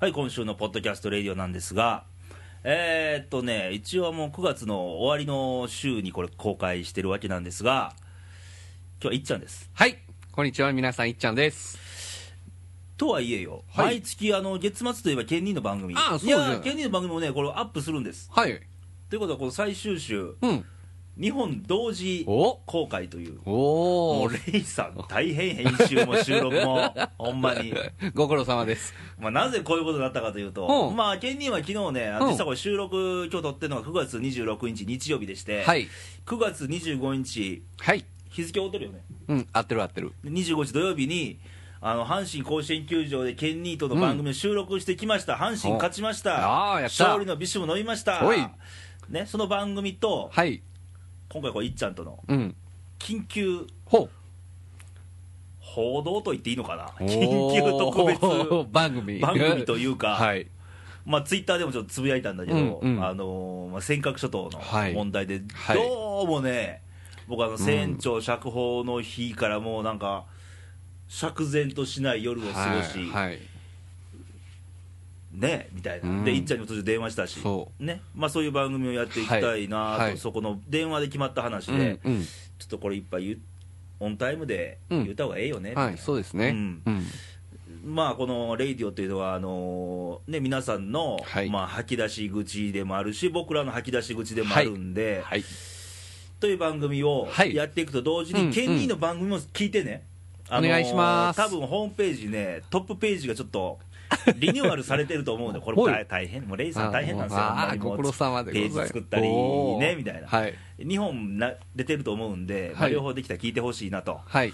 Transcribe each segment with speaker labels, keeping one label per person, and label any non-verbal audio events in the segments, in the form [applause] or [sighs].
Speaker 1: はい、今週のポッドキャストレディオなんですが、えーっとね、一応もう9月の終わりの週にこれ公開してるわけなんですが、今日はいっちゃんです。
Speaker 2: はい、こんにちは、皆さん、いっちゃんです。
Speaker 1: とはいえよ、
Speaker 2: はい
Speaker 1: 毎月あの月末といえば県人の番組
Speaker 2: ああそ
Speaker 1: い
Speaker 2: うですね
Speaker 1: や県人の番組もねこれアップするんです
Speaker 2: はい、
Speaker 1: ということはこの最終週
Speaker 2: うん。
Speaker 1: 日本同時
Speaker 2: お
Speaker 1: 公開という
Speaker 2: お
Speaker 1: も
Speaker 2: お
Speaker 1: う、レイさん大変編集も収録もほんまに、
Speaker 2: [laughs] ご苦労様です。
Speaker 1: まあ、なぜこういうことになったかというと
Speaker 2: うん
Speaker 1: まあ県人は昨日ねあ
Speaker 2: うん
Speaker 1: 実はこれ収録今日撮ってるのが9月26日日曜日でして、
Speaker 2: はい、
Speaker 1: 9月25日
Speaker 2: はい、
Speaker 1: 日付追ってるよね
Speaker 2: うん、合ってる合ってる。
Speaker 1: で25日土曜日にあの阪神甲子園球場でケンニートの番組を収録してきました、阪神勝ちました
Speaker 2: ああやった
Speaker 1: 勝利の美酒も飲みました
Speaker 2: おい
Speaker 1: ね、その番組と、
Speaker 2: はい、
Speaker 1: 今回こういっちゃんとの
Speaker 2: うん、
Speaker 1: 緊急
Speaker 2: ほ
Speaker 1: 報道と言っていいのかな
Speaker 2: う。
Speaker 1: 緊急特別
Speaker 2: 別番組。
Speaker 1: 番組というか、
Speaker 2: はい、
Speaker 1: まあ、ツイッターでもちょっとつぶやいたんだけど、
Speaker 2: うんうん
Speaker 1: あのーまあ、尖閣諸島の
Speaker 2: はい
Speaker 1: 問題で、
Speaker 2: はい
Speaker 1: どうもね、僕あの船長釈放の日からもうなんか、釈然としない夜を過ごし、
Speaker 2: はい、はい、
Speaker 1: ねみたいな、
Speaker 2: うん
Speaker 1: でいっちゃんにも途中電話したし
Speaker 2: そ
Speaker 1: ねまあ、そういう番組をやっていきたいなと、
Speaker 2: はいはい
Speaker 1: そこの電話で決まった話
Speaker 2: う
Speaker 1: で、
Speaker 2: ん、
Speaker 1: ちょ
Speaker 2: うん、
Speaker 1: っとこれいっぱい言うオンタイムで言った方がええよね、
Speaker 2: はい、そうですね。
Speaker 1: う
Speaker 2: うんん、
Speaker 1: まあ、この「レイディオ」っていうのはあのーね、皆さんの、
Speaker 2: はい
Speaker 1: まあ、吐き出し口でもあるし僕らの吐き出し口でもあるんで、
Speaker 2: はい、
Speaker 1: という番組を
Speaker 2: はい
Speaker 1: やっていくと同時
Speaker 2: うんう
Speaker 1: に、
Speaker 2: ん
Speaker 1: ケニーの番組も聞いてね、あのー
Speaker 2: お願いします
Speaker 1: 多分ホームページね、トップページがちょっとリニューアルされてると思うん
Speaker 2: [laughs]
Speaker 1: で、これも
Speaker 2: は
Speaker 1: 大、
Speaker 2: い
Speaker 1: 大変、もうレイさん大変なんですよ、ほん
Speaker 2: あ
Speaker 1: ま
Speaker 2: あ、
Speaker 1: に
Speaker 2: ご苦
Speaker 1: も
Speaker 2: 労
Speaker 1: う
Speaker 2: 様でござい
Speaker 1: ペー
Speaker 2: ます。
Speaker 1: ジ作ったり
Speaker 2: おー
Speaker 1: ね、みたいな、
Speaker 2: はい、
Speaker 1: 2本な出てると思うんで、まあ
Speaker 2: はい
Speaker 1: 両方できたら聞いてほしいなと。
Speaker 2: はい、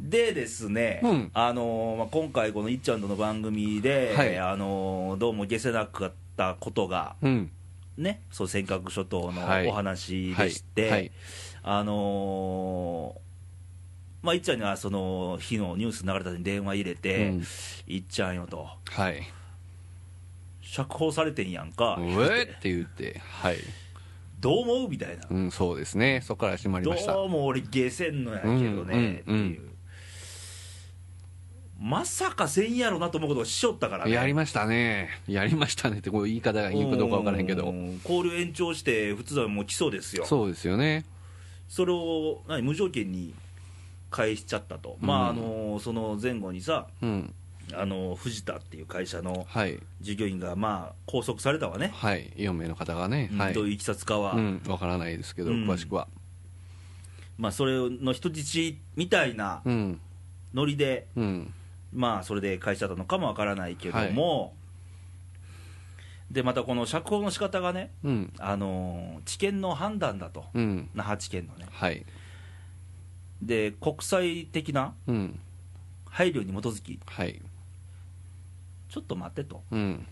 Speaker 1: でですね、
Speaker 2: うん
Speaker 1: あのーまあ、今回、このいっちゃんとの番組で、
Speaker 2: はい
Speaker 1: あのーどうも消せなかったことが、
Speaker 2: うん、
Speaker 1: ね、そう尖閣諸島
Speaker 2: はい
Speaker 1: のお話でして、
Speaker 2: はいはい
Speaker 1: あのーまあ、いっちゃんにはその日のニュース流れた時に電話入れて、
Speaker 2: うん
Speaker 1: いっちゃんよと、
Speaker 2: はい、
Speaker 1: 釈放されてんやんか、
Speaker 2: うえって言って、はい、
Speaker 1: どう思うみたいな、
Speaker 2: うん、そうですね。そこから始まりました。
Speaker 1: どうも俺、下せんのやけどね、
Speaker 2: うんうんうん
Speaker 1: っていう、まさかせんやろなと思うことをしよったからね。
Speaker 2: やりましたね、やりましたねって、こう言い方がいいかどうかわからへんけ
Speaker 1: う
Speaker 2: ど、
Speaker 1: ん交流延長して、普通はもう基礎ですよ、そ
Speaker 2: そうですよね、
Speaker 1: れを何無条件に返しちゃったと、まああのその前後にさ、
Speaker 2: うん、
Speaker 1: あの藤田っていう会社の
Speaker 2: はい、
Speaker 1: 従業員がまあ拘束されたわね、
Speaker 2: はい、4名の方がね、
Speaker 1: うん
Speaker 2: はい、
Speaker 1: どう
Speaker 2: う
Speaker 1: いういきさつかは、
Speaker 2: ん、わからないですけど、
Speaker 1: うん
Speaker 2: 詳しくは、
Speaker 1: まあ、それの人質みたいな
Speaker 2: うん、
Speaker 1: ノリで、
Speaker 2: うん、
Speaker 1: まあ、それで返しちゃったのかもわからないけども、でまたこの釈放の仕方がね、
Speaker 2: うん、
Speaker 1: あの知見の判断だと、
Speaker 2: うん、
Speaker 1: 那覇地検のね。
Speaker 2: はい、
Speaker 1: で国際的な
Speaker 2: うん、
Speaker 1: 配慮に基づき、
Speaker 2: はい、
Speaker 1: ちょっと待ってと、
Speaker 2: うん、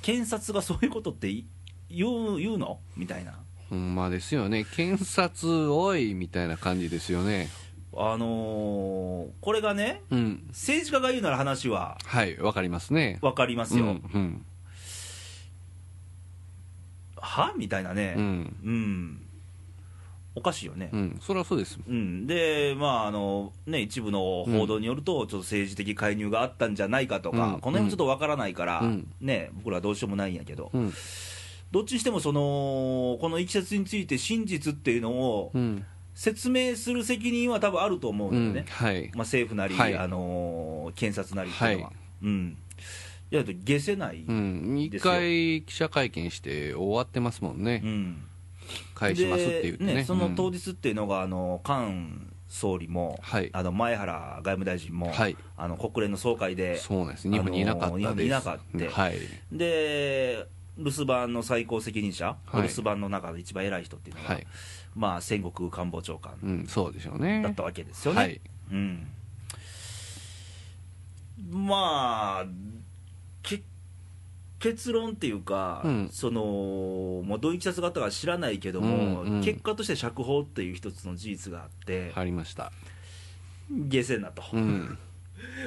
Speaker 1: 検察がそういうことってい言う言うのみたいな、
Speaker 2: ほんまですよね、検察、おいみたいな感じですよね、
Speaker 1: あのーこれがね、
Speaker 2: うん、
Speaker 1: 政治家が言うなら話は
Speaker 2: はい、わかりますね、
Speaker 1: 分かります
Speaker 2: う
Speaker 1: よ、
Speaker 2: ん、うん、
Speaker 1: はみたいなね、
Speaker 2: う
Speaker 1: うん、
Speaker 2: ん、
Speaker 1: おかしいよね
Speaker 2: う。ん、それはそうです、
Speaker 1: うん、で、まああのね、一部の報道によると、ちょっと政治的介入があったんじゃないかとか、
Speaker 2: うん
Speaker 1: この辺もちょっとわからないから、
Speaker 2: うん
Speaker 1: ね、僕らどうしようもないんやけど、
Speaker 2: うん、
Speaker 1: どっちにしてもその、このいきさつについて真実っていうのを
Speaker 2: うん、
Speaker 1: 説明する責任は多分あると思う
Speaker 2: うんん、
Speaker 1: だよね、
Speaker 2: はい、
Speaker 1: まあ、政府なり、
Speaker 2: はい
Speaker 1: あのー検察なりっていうのは、
Speaker 2: はい
Speaker 1: うん、いやだって下せない、
Speaker 2: う
Speaker 1: うん
Speaker 2: ん、一回記者会見して終わってますもんね。返しますって言って
Speaker 1: で
Speaker 2: ね
Speaker 1: その当
Speaker 2: 時、
Speaker 1: 日っていうのが、あの菅総理も、
Speaker 2: はい
Speaker 1: あの前原外務大臣も、
Speaker 2: はい
Speaker 1: あの国連の総会で、
Speaker 2: そうなんです日本にいなか
Speaker 1: あ
Speaker 2: ったです、
Speaker 1: の日本にいなかった
Speaker 2: はい
Speaker 1: で留守番の最高責任者、
Speaker 2: はい
Speaker 1: 留守番の中で一番偉い人っていうのが、
Speaker 2: はい、
Speaker 1: まあ、戦国官房長官
Speaker 2: うん、そうでしょうね
Speaker 1: だったわけですよね。
Speaker 2: はい
Speaker 1: うん、まあけ結論っていうか、
Speaker 2: うん
Speaker 1: そのもうどういういきさつがあったかは知らないけども、
Speaker 2: うんうん
Speaker 1: 結果として釈放っていう一つの事実があって、
Speaker 2: ありました
Speaker 1: 下せんなと、
Speaker 2: うん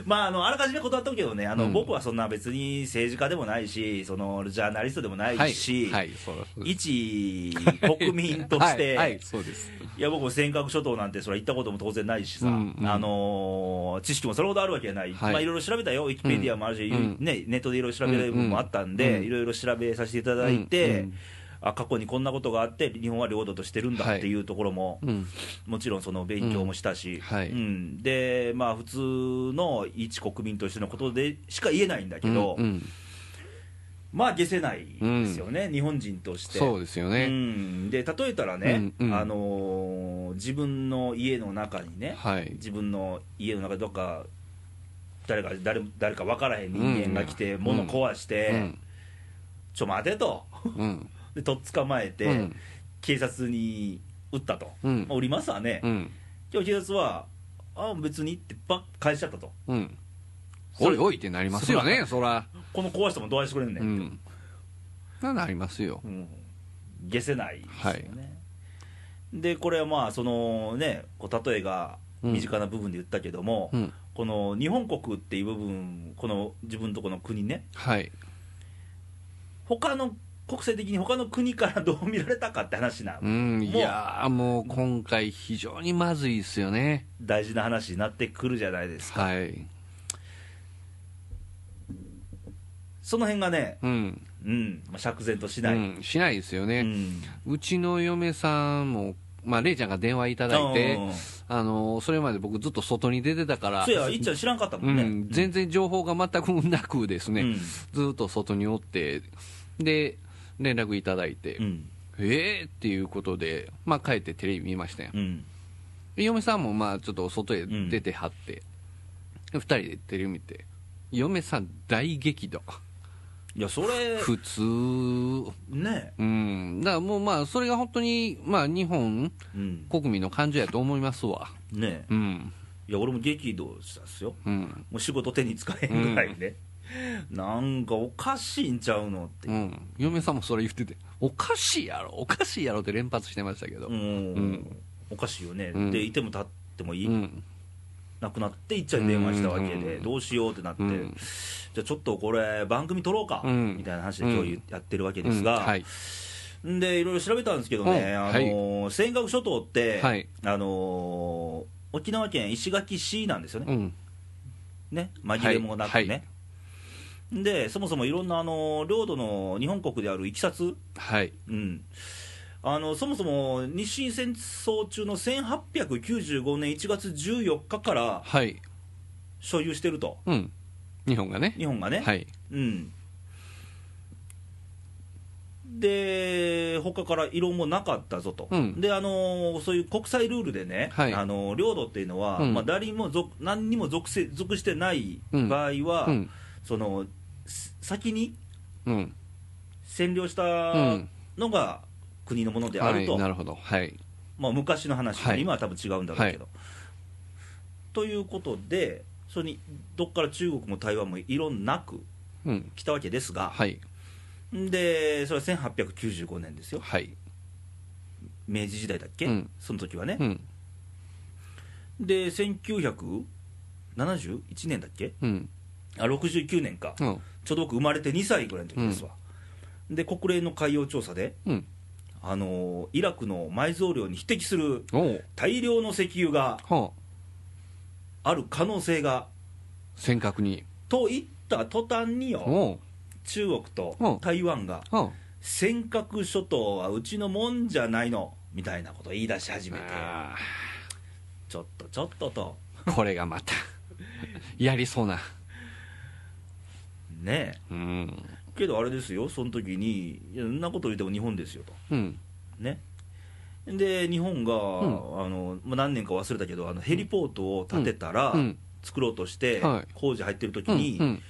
Speaker 1: まああのあらかじめ断っとくけどねあの、
Speaker 2: うん
Speaker 1: 僕はそんな別に政治家でもないしそのジャーナリストでもな
Speaker 2: はいい
Speaker 1: し、
Speaker 2: はいそうそうです
Speaker 1: 一国民として、
Speaker 2: はい、はいそうです
Speaker 1: いや僕も尖閣諸島なんてそれ行ったことも当然ないしさ、
Speaker 2: うんうん
Speaker 1: あのー知識もそれほどあるわけじゃない、
Speaker 2: はい
Speaker 1: まあいろいろ調べたよ、ウィキペディアもあるし、
Speaker 2: うん
Speaker 1: ね、ネットでいろいろ調べる部分もあったん
Speaker 2: うん
Speaker 1: で、
Speaker 2: うん
Speaker 1: いろいろ調べさせていただいて、
Speaker 2: うんうん
Speaker 1: あ過去にこんなことがあって、日本は領土としてるんだっていうところも、
Speaker 2: うん
Speaker 1: もちろんその勉強もしたし、
Speaker 2: うんはい
Speaker 1: うんでまあ、普通の一国民としてのことでしか言えないんだけど、
Speaker 2: うんうん
Speaker 1: まあ、消せないですよね、日本人として。
Speaker 2: そうですよ
Speaker 1: う
Speaker 2: ね、
Speaker 1: ん、で例えたらね、
Speaker 2: うんうん
Speaker 1: あのー自分の家の中にね、
Speaker 2: はい
Speaker 1: 自分の家の中どっか誰か誰誰か分からへん人間が来て、
Speaker 2: うん
Speaker 1: 物壊して、
Speaker 2: うん
Speaker 1: ちょ待てと [laughs]
Speaker 2: うん
Speaker 1: でとっ捕まえて、
Speaker 2: うん
Speaker 1: 警察に撃ったと、
Speaker 2: うん
Speaker 1: まあ、おりますわね、
Speaker 2: うん
Speaker 1: 今日警察は「あ別に」ってば返しちゃったと
Speaker 2: うんおいおいってなりますよねそら
Speaker 1: この壊したもんどうやってくれんね、
Speaker 2: うんんななりますよ
Speaker 1: うん、消せないですよね、でこれはまあそのねこう例えが身近な部分で言ったけども、
Speaker 2: うん
Speaker 1: この日本国っていう部分この自分とこの国ね
Speaker 2: はい
Speaker 1: 他の国際的に他の国からどう見られたかって話な、
Speaker 2: うんいやーもう今回非常にまずいですよね
Speaker 1: 大事な話になってくるじゃないですか、
Speaker 2: はい
Speaker 1: その辺がね、
Speaker 2: うん
Speaker 1: うんまあ、釈然としない、
Speaker 2: うん、しないですよ
Speaker 1: う
Speaker 2: ね、
Speaker 1: ん
Speaker 2: うちの嫁さんもまあ、れいちゃんが電話いただいて、
Speaker 1: うん
Speaker 2: あのそれまで僕、ずっと外に出てたから、
Speaker 1: そうやいっちゃん知らんかったもんね、
Speaker 2: うん、全然情報が全くなくですね、
Speaker 1: うん
Speaker 2: ずっと外におって、で、連絡いただいて、
Speaker 1: うん
Speaker 2: えーっていうことで、まあ、帰ってテレビ見ましたよ、
Speaker 1: うん
Speaker 2: で嫁さんもまあちょっと外へ出てはって、で二人でテレビ見て、嫁さん、大激怒、
Speaker 1: いやそれ
Speaker 2: 普通、
Speaker 1: ね
Speaker 2: うん、だからもうまあ、それが本当に、まあ、日本
Speaker 1: うん
Speaker 2: 国民の感情やと思いますわ、
Speaker 1: ね
Speaker 2: うん、
Speaker 1: いや俺も激怒したっすよ
Speaker 2: うん、
Speaker 1: もう仕事手につかへんぐらいね、なんかおかしいんちゃうのって
Speaker 2: うん、嫁さんもそれ言ってて、おかしいやろ、おかしいやろって連発してましたけど、
Speaker 1: うん
Speaker 2: ん
Speaker 1: おかしいよね、
Speaker 2: うん
Speaker 1: でいても立ってもいい、
Speaker 2: うん、
Speaker 1: なくなっていっちゃんに電話したわけで、
Speaker 2: うん
Speaker 1: どうしようってなって、
Speaker 2: うん
Speaker 1: じゃあちょっとこれ番組撮ろうか、
Speaker 2: うん
Speaker 1: みたいな話で今
Speaker 2: う
Speaker 1: 日
Speaker 2: ん
Speaker 1: やってるわけですが、
Speaker 2: うんはい、
Speaker 1: でいろいろ調べたんですけどね、
Speaker 2: うん
Speaker 1: あのー尖閣諸島って、
Speaker 2: はい
Speaker 1: あのー沖縄県石垣市なんですよ
Speaker 2: う
Speaker 1: ね,、
Speaker 2: ん、
Speaker 1: ね紛れもなくね、
Speaker 2: はいはい
Speaker 1: でそもそもいろんな、あのー領土の日本国であるいきさつ
Speaker 2: はい、
Speaker 1: うん、あのそもそも日清戦争中の1895年1月14日から
Speaker 2: はい、
Speaker 1: 所有してると、
Speaker 2: うん、日本がね、
Speaker 1: 日本がね。
Speaker 2: はい、
Speaker 1: うん、で、他から異論もなかったぞと、
Speaker 2: うん
Speaker 1: であのそういう国際ルールでね、
Speaker 2: はい
Speaker 1: あの領土っていうのは、
Speaker 2: うん
Speaker 1: まあ、誰にも属何にも属せ属してない場合は、
Speaker 2: うん、
Speaker 1: そのす先に
Speaker 2: うん、
Speaker 1: 占領した
Speaker 2: うん
Speaker 1: のが国のものであ
Speaker 2: は
Speaker 1: ると。
Speaker 2: い、なるほど、はい、
Speaker 1: まあ、昔の話、
Speaker 2: はい
Speaker 1: 今は多分違うんだろうけど。ということで、それにどっから中国も台湾も異論なく
Speaker 2: うん、
Speaker 1: 来たわけですが、
Speaker 2: はい、
Speaker 1: でそれは1895年ですよ、
Speaker 2: はい、
Speaker 1: 明治時代だっけ、
Speaker 2: うん
Speaker 1: その時はね
Speaker 2: う、ん、
Speaker 1: で1971年だっけ、
Speaker 2: うん、
Speaker 1: あ69年か、
Speaker 2: うん、
Speaker 1: ちょうど僕、生まれて2歳ぐらいの時ですわ。で国連の海洋調査で、
Speaker 2: うん、
Speaker 1: あのーイラクの埋蔵量に匹敵する
Speaker 2: おう、
Speaker 1: 大量の石油が
Speaker 2: は
Speaker 1: ある可能性が
Speaker 2: あ、尖閣に、
Speaker 1: と言った途端によ、
Speaker 2: おう、
Speaker 1: 中国と
Speaker 2: うん
Speaker 1: 台湾が、
Speaker 2: は
Speaker 1: 尖閣諸島はうちのもんじゃないのみたいなことを言い出し始めて、
Speaker 2: あ、
Speaker 1: ちょっとちょっとと、
Speaker 2: [laughs] これがまた、やりそうな、
Speaker 1: ね
Speaker 2: うん、
Speaker 1: え、けどあれですよ、その時に、いやそんなこと言っても日本ですよと、
Speaker 2: うん、
Speaker 1: ね。で日本が、
Speaker 2: ん
Speaker 1: あのまあ何年か忘れたけどあのヘリポートを建てたら、
Speaker 2: うん、
Speaker 1: 作ろうとして、
Speaker 2: はい
Speaker 1: 工事入ってる時
Speaker 2: うん、
Speaker 1: に、
Speaker 2: うん、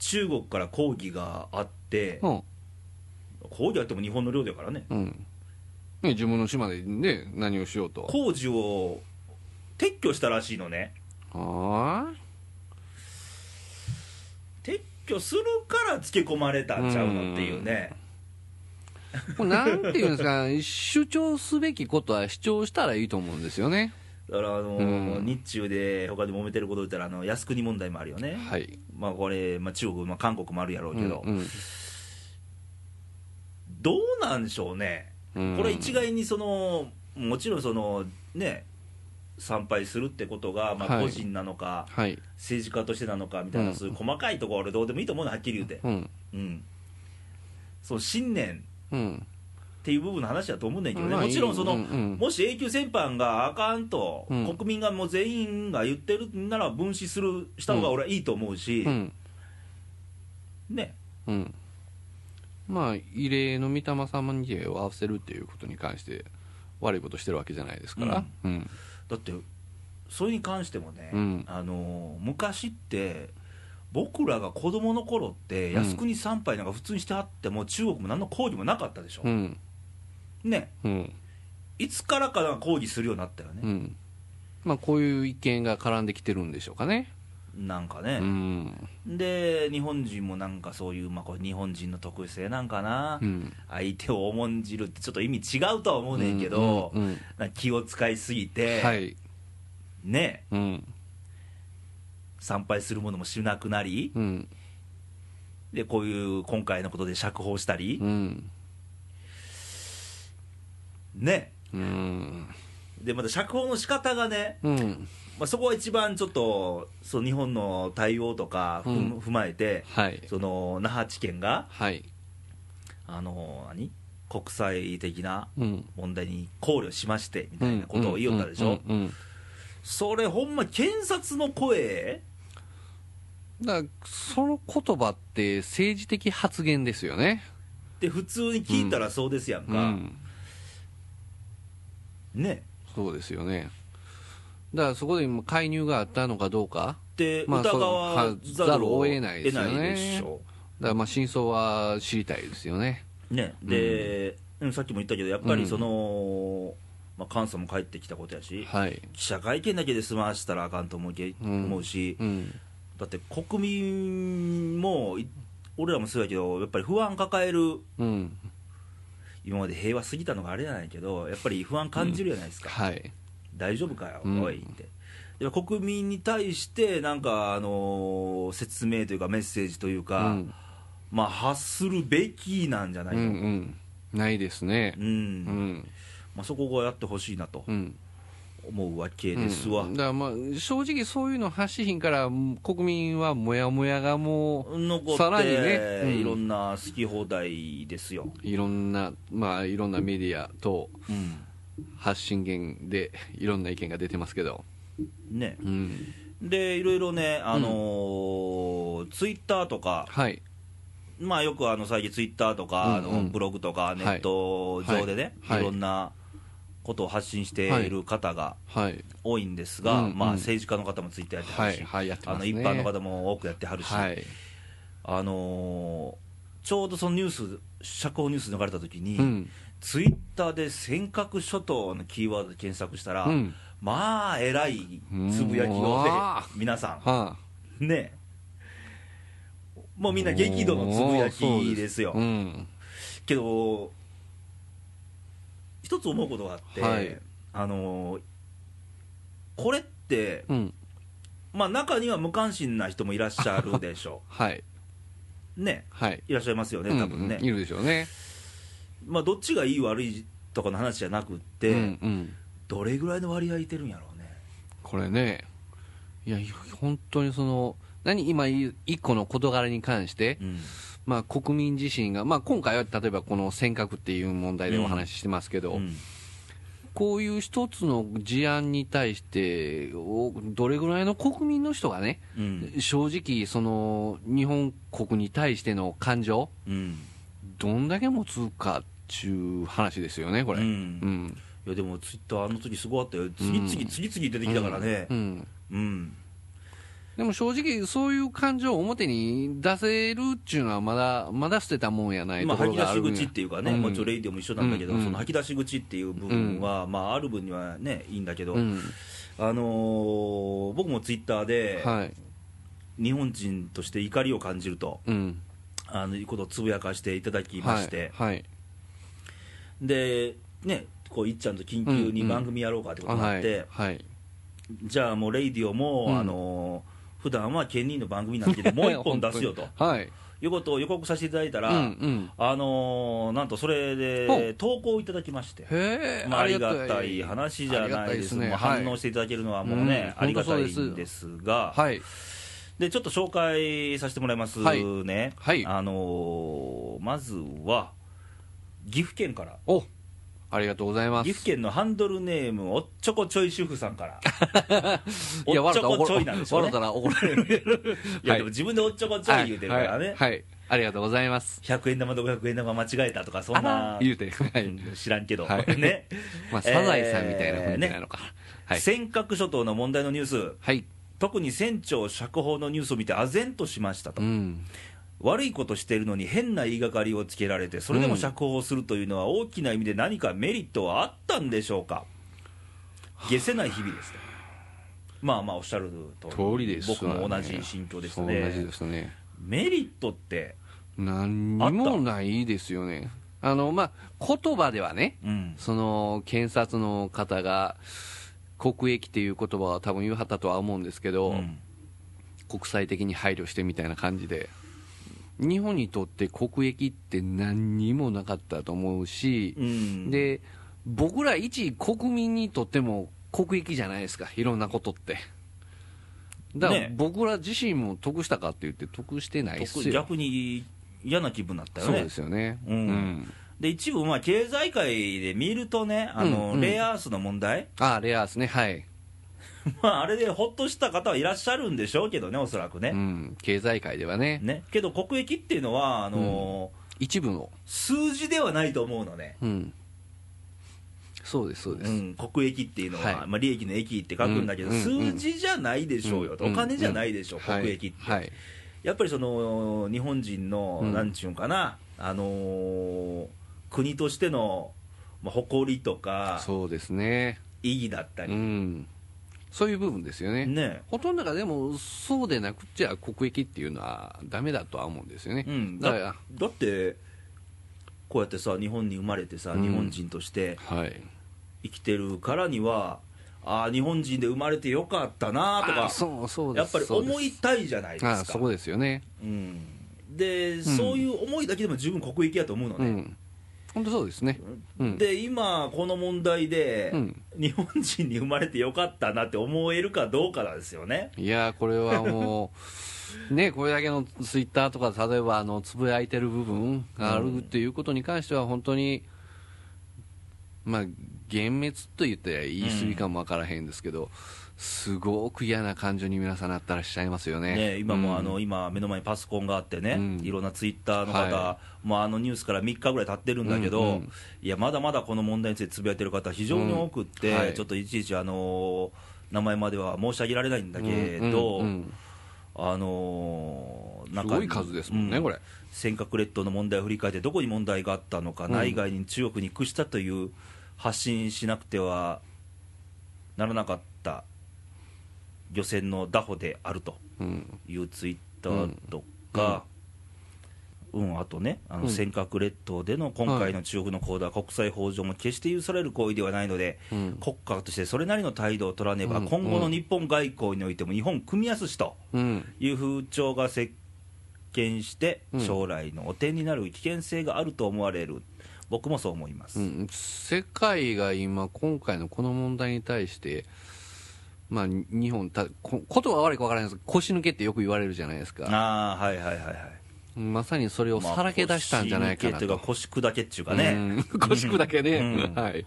Speaker 1: 中国から抗議があって、
Speaker 2: うん、
Speaker 1: 抗議あっても日本の領土やからね、
Speaker 2: うん、ね、自分の島でね、何をしようと。
Speaker 1: 工事を撤去したらしいのね
Speaker 2: は
Speaker 1: 撤去するからつけ込まれたんちゃうのっていうね
Speaker 2: あ、これなんていうんですか、主張すべきことは主張したらいいと思うんですよね。
Speaker 1: だからあの
Speaker 2: うん
Speaker 1: 日中で他で揉めてること言ったらあの靖国問題もあるよね、
Speaker 2: はい。
Speaker 1: まあこれ、まあ、中国、まあ、韓国もあるやろうけど、
Speaker 2: うん
Speaker 1: どうなんでしょうね
Speaker 2: うん
Speaker 1: これ一概にそのもちろんそのね参拝するってことが、ま
Speaker 2: は
Speaker 1: あ、
Speaker 2: い
Speaker 1: 個人なのか、
Speaker 2: はい
Speaker 1: 政治家としてなのかみたいな、
Speaker 2: うん
Speaker 1: そういう細かいところは俺どうでもいいと思うのはっきり言うて、
Speaker 2: うん
Speaker 1: うん、そう信念
Speaker 2: うん
Speaker 1: っていう部分の話だと思うねんだけどね、
Speaker 2: まあ
Speaker 1: もちろんその、
Speaker 2: うんうん
Speaker 1: もし永久戦犯があかんと、
Speaker 2: うん
Speaker 1: 国民がもう全員が言ってるなら分子するした方が俺はいいと思うし、
Speaker 2: うん
Speaker 1: ね
Speaker 2: うんまあ異例の御霊様に礼を合わせるっていうことに関して悪いことしてるわけじゃないですからうん
Speaker 1: だってそれに関してもね、
Speaker 2: うん
Speaker 1: あのー昔って僕らが子供の頃って
Speaker 2: うん
Speaker 1: 靖国参拝なんか普通にしてあっても中国も何の抗議もなかったでしょ、
Speaker 2: うん
Speaker 1: ね
Speaker 2: うん
Speaker 1: いつからかなんか抗議するようになったよ
Speaker 2: う
Speaker 1: ね、
Speaker 2: んまあこういう意見が絡んできてるんでしょうかね
Speaker 1: なんか
Speaker 2: う
Speaker 1: ね、
Speaker 2: ん
Speaker 1: で日本人もなんかそういう、まあ、これ日本人の特性なんかな、
Speaker 2: うん
Speaker 1: 相手を重んじるってちょっと意味違うとは思うねんけど、
Speaker 2: うんうん
Speaker 1: なんか気を使いすぎて、
Speaker 2: はい
Speaker 1: ね
Speaker 2: うん
Speaker 1: 参拝するものもしなくなり
Speaker 2: うん
Speaker 1: でこういう今回のことで釈放したり
Speaker 2: う、ん
Speaker 1: ね
Speaker 2: うん
Speaker 1: でまた釈放の仕方がね、
Speaker 2: うん
Speaker 1: まあ、そこは一番ちょっとその日本の対応とかふ
Speaker 2: うん
Speaker 1: 踏まえて、
Speaker 2: はい
Speaker 1: その那覇地検が
Speaker 2: はい
Speaker 1: あの何国際的な
Speaker 2: うん
Speaker 1: 問題に考慮しましてみたいなことを言おったでしょ、
Speaker 2: うんうんうん
Speaker 1: それほんま検察の声
Speaker 2: だからその言葉って政治的発言ですよね、
Speaker 1: って普通に聞いたらそうですやんか、
Speaker 2: うん、
Speaker 1: ね
Speaker 2: そうですよねだからそこで今介入があったのかどうか
Speaker 1: って
Speaker 2: まあ
Speaker 1: 疑わざ
Speaker 2: ざ
Speaker 1: る
Speaker 2: る
Speaker 1: を
Speaker 2: を
Speaker 1: 得
Speaker 2: 得
Speaker 1: な
Speaker 2: ないい
Speaker 1: で
Speaker 2: ですす
Speaker 1: よ
Speaker 2: よね
Speaker 1: ょ
Speaker 2: だからまあ真相は知りたいですよね
Speaker 1: ねで、うんさっきも言ったけどやっぱりその、まあ、監査も帰ってきたことやし、
Speaker 2: はい
Speaker 1: 記者会見だけで済ましたらあかんと思うけ、
Speaker 2: うん
Speaker 1: 思うし
Speaker 2: うん
Speaker 1: だって国民もい俺らもそうやけどやっぱり不安抱える
Speaker 2: うん
Speaker 1: 今まで平和すぎたのがあれじゃないけどやっぱり不安感じるじゃないですか、
Speaker 2: はい
Speaker 1: 大丈夫かよ、
Speaker 2: うん
Speaker 1: おいって。で国民に対して、なんか、あのー説明というか、メッセージという
Speaker 2: う
Speaker 1: か、
Speaker 2: ん
Speaker 1: まあ、発するべきなんじゃな
Speaker 2: う
Speaker 1: い
Speaker 2: ん
Speaker 1: の、
Speaker 2: うんないですね
Speaker 1: うん
Speaker 2: うん
Speaker 1: まあ、そこがやってほしいなと
Speaker 2: うん
Speaker 1: 思うわけですわ、
Speaker 2: うんだからまあ正直そういうの発しひんからうん国民はもやもやがも
Speaker 1: 残って
Speaker 2: さらにねうん
Speaker 1: いろんな好き放題ですよ、
Speaker 2: ういろんなまあいろんなメディアと発信源でいろんな意見が出てますけど
Speaker 1: ね、
Speaker 2: うん
Speaker 1: でいろいろね、あのーツイッターとか、
Speaker 2: はい
Speaker 1: まあ、よくあの最近、ツイッターとか、
Speaker 2: うんうん
Speaker 1: あのブログとか、
Speaker 2: い
Speaker 1: ネット上でね、、
Speaker 2: はいい
Speaker 1: ろんなことを発信している方が
Speaker 2: はい
Speaker 1: 多いんですが、
Speaker 2: うんうん
Speaker 1: まあ、政治家の方もツイッターやっては
Speaker 2: は
Speaker 1: る
Speaker 2: い
Speaker 1: し、
Speaker 2: はいやって
Speaker 1: あ
Speaker 2: ます
Speaker 1: の
Speaker 2: ね
Speaker 1: 一般の方も多くやってはるし、
Speaker 2: はい
Speaker 1: あのーちょうどそのニュース、釈放ニュース流れた時に、
Speaker 2: うん
Speaker 1: ツイッターで尖閣諸島のキーワードで検索したら、
Speaker 2: うん
Speaker 1: まあ、えらいつぶやきをね
Speaker 2: うわ、
Speaker 1: 皆さ
Speaker 2: はあ
Speaker 1: ん、ね、もうみんな激怒のつぶや
Speaker 2: おーそ
Speaker 1: き
Speaker 2: う
Speaker 1: ですよ。
Speaker 2: うん
Speaker 1: けど、一つ思うことがあって、
Speaker 2: はい
Speaker 1: あのーこれって、
Speaker 2: うん
Speaker 1: まあ、中には無関心な人もいらっしゃるでしょ
Speaker 2: はい、
Speaker 1: う、ね、
Speaker 2: はい、
Speaker 1: いらっしゃいますよね、多分ね、
Speaker 2: うんうんいるでしょうね、
Speaker 1: まあ、どっちがいい、悪いとかの話じゃなくって、
Speaker 2: うんうん、
Speaker 1: どれぐらいの割合いてるんやろうね、
Speaker 2: これね、いや、本当にその、何、今、い一個の事柄に関して、
Speaker 1: うん
Speaker 2: まあ、国民自身が、まあ、今回は例えばこの尖閣っていう問題でお話ししてますけど、
Speaker 1: うん
Speaker 2: こういう一つの事案に対して、おどれぐらいの国民の人がね、
Speaker 1: うん
Speaker 2: 正直、その日本国に対しての感情、
Speaker 1: うん
Speaker 2: どんだけ持つかっていう話ですよね、これ。
Speaker 1: うん
Speaker 2: うん
Speaker 1: いやでもツイッターあの時すごかったよ次々、次々出てきたからね
Speaker 2: うん
Speaker 1: うん、
Speaker 2: でも正直、そういう感情を表に出せるっていうのは、まだ、まだ捨てたもんやない
Speaker 1: ま
Speaker 2: と
Speaker 1: あ
Speaker 2: こ
Speaker 1: 吐
Speaker 2: ろ
Speaker 1: き出
Speaker 2: があ
Speaker 1: し
Speaker 2: るんや
Speaker 1: 口っていうかね、
Speaker 2: うん
Speaker 1: もうちょレイディオも一緒なんだけど、
Speaker 2: うんうん
Speaker 1: その吐き出し口っていう部分は、まあある分にはねいいんだけど、
Speaker 2: うん、
Speaker 1: あのー僕もツイッターで、
Speaker 2: はい、
Speaker 1: 日本人として怒りを感じると
Speaker 2: うん、
Speaker 1: あのいうことをつぶやかしていただきまして、
Speaker 2: はい、はい、
Speaker 1: でねこういっちゃんと緊急に番組やろうかってことになって、
Speaker 2: はい、はい、
Speaker 1: じゃあもうレイディオも、
Speaker 2: うん
Speaker 1: あのー普段は県人の番組なんだけどもう一本出すよと
Speaker 2: はい、
Speaker 1: [laughs] いうことを予告させていただいたら、
Speaker 2: うんうん
Speaker 1: あのーなんとそれ
Speaker 2: ほ
Speaker 1: で
Speaker 2: う
Speaker 1: 投稿いただきまして、
Speaker 2: へえ
Speaker 1: まあ、ありがたい話じゃないですもう反応していただけるのはもうね、
Speaker 2: うん
Speaker 1: ありがたい
Speaker 2: 本当そうんで
Speaker 1: ですが、
Speaker 2: はい
Speaker 1: でちょっと紹介させてもらいます
Speaker 2: はい
Speaker 1: ね、
Speaker 2: はい
Speaker 1: あのーまずは岐阜県から
Speaker 2: おありがとうございます
Speaker 1: 岐阜県のハンドルネームおっちょこちょい主婦さん
Speaker 2: [laughs]
Speaker 1: から
Speaker 2: いや
Speaker 1: おっちょ
Speaker 2: 笑ったら
Speaker 1: こ
Speaker 2: 怒
Speaker 1: ちょいなんでしょうね
Speaker 2: 笑ったら怒られる
Speaker 1: いや
Speaker 2: は
Speaker 1: で
Speaker 2: い
Speaker 1: も自分でおっちょこちょい言うてるからね、
Speaker 2: はいはいはいありがとうございます
Speaker 1: 100円玉と500円玉間違えたとかそん
Speaker 2: あら
Speaker 1: な
Speaker 2: 言うては
Speaker 1: う
Speaker 2: い
Speaker 1: ん知らんけど、
Speaker 2: はい
Speaker 1: [laughs] ね、
Speaker 2: [laughs] まあサザエさんみたいな雰囲気なのかはい
Speaker 1: 尖閣諸島の問題のニュース
Speaker 2: はい
Speaker 1: 特に船長釈放のニュースを見て唖然としましたと、
Speaker 2: うん
Speaker 1: 悪いことしてるのに変な言いがかりをつけられてそれでも釈放するというのは大きな意味で何かメリットはあったんでしょうか下せない日々
Speaker 2: [sighs]
Speaker 1: ですねまあまあおっしゃる通
Speaker 2: 通
Speaker 1: り
Speaker 2: りです
Speaker 1: 僕
Speaker 2: わね
Speaker 1: も同じ心境でした
Speaker 2: そう同じ
Speaker 1: ね
Speaker 2: ですね
Speaker 1: メリットって
Speaker 2: 何にもないですよねあのまあ言葉ではね
Speaker 1: うん
Speaker 2: その検察の方が国益っていう言葉は多分言うはったとは思うんですけど、
Speaker 1: うん
Speaker 2: 国際的に配慮してみたいな感じで日本にとって国益って何にもなかったと思うし、
Speaker 1: うん
Speaker 2: で僕ら一国民にとっても国益じゃないですかいろんなことってだから
Speaker 1: ね
Speaker 2: 僕ら自身も得したかって言って得してないっす
Speaker 1: 特
Speaker 2: よ、
Speaker 1: 逆に嫌な気分だったよ
Speaker 2: そう
Speaker 1: ね
Speaker 2: ですよね
Speaker 1: うんで一部、まあ、経済界で見るとね、あの
Speaker 2: うんうん
Speaker 1: レアアースの問題、 [laughs]
Speaker 2: ああレアですねはい、
Speaker 1: まあ、あれでほっとした方はいらっしゃるんでしょうけどね、おそらく
Speaker 2: う
Speaker 1: ね。
Speaker 2: ん、経済界ではね
Speaker 1: ねけど、国益っていうのは、あのー
Speaker 2: 一部の
Speaker 1: 数字ではないと思うのね、
Speaker 2: うん、そうです、そうで
Speaker 1: う
Speaker 2: す、
Speaker 1: ん、国益っていうのは、
Speaker 2: はい
Speaker 1: まあ、利益の益って書くんだけど、
Speaker 2: うんうんうん
Speaker 1: 数字じゃないでしょうよと、
Speaker 2: ん
Speaker 1: お金じゃないでしょう、
Speaker 2: うんはい
Speaker 1: 国益って。
Speaker 2: はい、
Speaker 1: やっぱりその日本人の、
Speaker 2: うん
Speaker 1: なんちゅうんかな、あのー国としての、まあ、誇りとか、
Speaker 2: そうですね、
Speaker 1: 意義だった
Speaker 2: う
Speaker 1: り、
Speaker 2: ん、そういう部分ですよね、
Speaker 1: ね。
Speaker 2: ほとんどがでも、そうでなくっちゃ国益っていうのはだめだとは思うんですよね、
Speaker 1: うん、
Speaker 2: だか
Speaker 1: だ
Speaker 2: ら、
Speaker 1: だってこうやってさ日本に生まれてさ、
Speaker 2: うん
Speaker 1: 日本人として
Speaker 2: はい、
Speaker 1: 生きてるからにはああ日本人で生まれてよかったなと
Speaker 2: あ
Speaker 1: か
Speaker 2: そうそうで
Speaker 1: や
Speaker 2: す
Speaker 1: っぱり思いたいじゃない
Speaker 2: そう
Speaker 1: で
Speaker 2: です
Speaker 1: す
Speaker 2: あ
Speaker 1: か
Speaker 2: そこですよね、
Speaker 1: うん、で、そういう思いだけでも十分国益やと思うの
Speaker 2: う
Speaker 1: ね、
Speaker 2: ん、本当そうですね、うん、
Speaker 1: で今この問題で、
Speaker 2: うん
Speaker 1: 日本人に生まれてよかったなって思えるかどうかなんですよね
Speaker 2: いやー、これはもう、 [laughs] ね、これだけのツイッターとか、例えばあのつぶやいてる部分があるっていうことに関しては、本当に、まあ、幻滅と言ったら言い過ぎかもわからへんですけど、すごく嫌な感情に皆さんなったらしちゃいますよね。
Speaker 1: ね、今もあ
Speaker 2: うん
Speaker 1: の、今、目の前にパソコンがあってね、
Speaker 2: うん
Speaker 1: いろんなツイッターの方、
Speaker 2: は
Speaker 1: もうあのニュースから3日ぐらい経ってるんだけど、
Speaker 2: うんうん
Speaker 1: いや、まだまだこの問題についてつぶやいてる方、非常に多くって、
Speaker 2: うんはい
Speaker 1: ちょっといちいち、あのー名前までは申し上げられないんだけど、
Speaker 2: うんうん
Speaker 1: あのー
Speaker 2: すごい数ですもんね、
Speaker 1: う
Speaker 2: これ。
Speaker 1: 尖閣列島の問題を振り返って、どこに問題があったのか、
Speaker 2: うん
Speaker 1: 内外に中国に屈したという発信しなくてはならなかった漁船の拿捕であると。
Speaker 2: うん
Speaker 1: いうツイッターとか、うんあとね、あ
Speaker 2: う
Speaker 1: の
Speaker 2: ん
Speaker 1: 尖閣列島での今回の中国の行動は国際法上も決して許される行為ではないので、
Speaker 2: うん
Speaker 1: 国家としてそれなりの態度を取らねば、
Speaker 2: うん
Speaker 1: 今後の日本外交においても日本組みやすしと
Speaker 2: うん
Speaker 1: いう風潮が席巻して、
Speaker 2: うん
Speaker 1: 将来の汚点になる危険性があると思われる、僕もそう思います。
Speaker 2: うん、世界が今、今回のこの問題に対して、まあ、に日本たこ、言葉は悪いか分からないですけど、腰抜けってよく言われるじゃないですか、
Speaker 1: ああ、はいはいはいはい。
Speaker 2: まさにそれをさらけ出したんじゃないかなと、
Speaker 1: まあ腰抜けというか腰砕けっていうかね。
Speaker 2: うん腰抜けで、
Speaker 1: うん
Speaker 2: はい、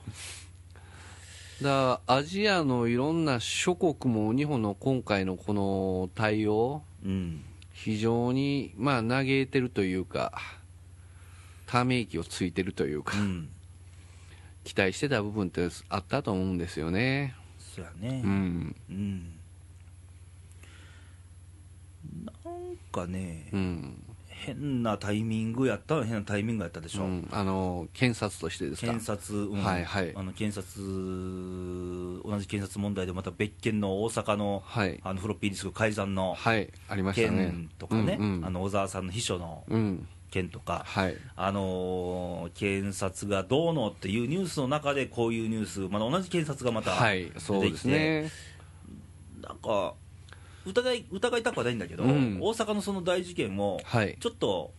Speaker 2: だからアジアのいろんな諸国も、日本の今回のこの対応、
Speaker 1: うん
Speaker 2: 非常に、まあ、嘆いてるというか、ため息をついてるというか
Speaker 1: う。ん
Speaker 2: 期待してた部分ってあったと思うんですよね。
Speaker 1: そうやね、
Speaker 2: うん。
Speaker 1: うんなんかね、
Speaker 2: うん。
Speaker 1: 変なタイミングやったら変なタイミングやったでし
Speaker 2: う
Speaker 1: ょ、
Speaker 2: んあの、検察としてですか
Speaker 1: 検。察、うん
Speaker 2: はいはい
Speaker 1: あの検察、同じ検察問題で、また別件の大阪の,、
Speaker 2: はい。
Speaker 1: あのフロッピーディスク改ざんの
Speaker 2: はい。ありましたね
Speaker 1: 件。とかね、
Speaker 2: うんうん
Speaker 1: あの小沢さんの秘書の
Speaker 2: うん。
Speaker 1: 件とか、
Speaker 2: はい。
Speaker 1: あのー検察がどうのっていうニュースの中で、こういうニュース、まだ同じ検察がまた
Speaker 2: は
Speaker 1: 出
Speaker 2: い
Speaker 1: てき。て、
Speaker 2: そうですね。
Speaker 1: なんか、疑い疑いたくはないんだけど、
Speaker 2: うん
Speaker 1: 大阪のその大事件を、
Speaker 2: はい
Speaker 1: ちょっと、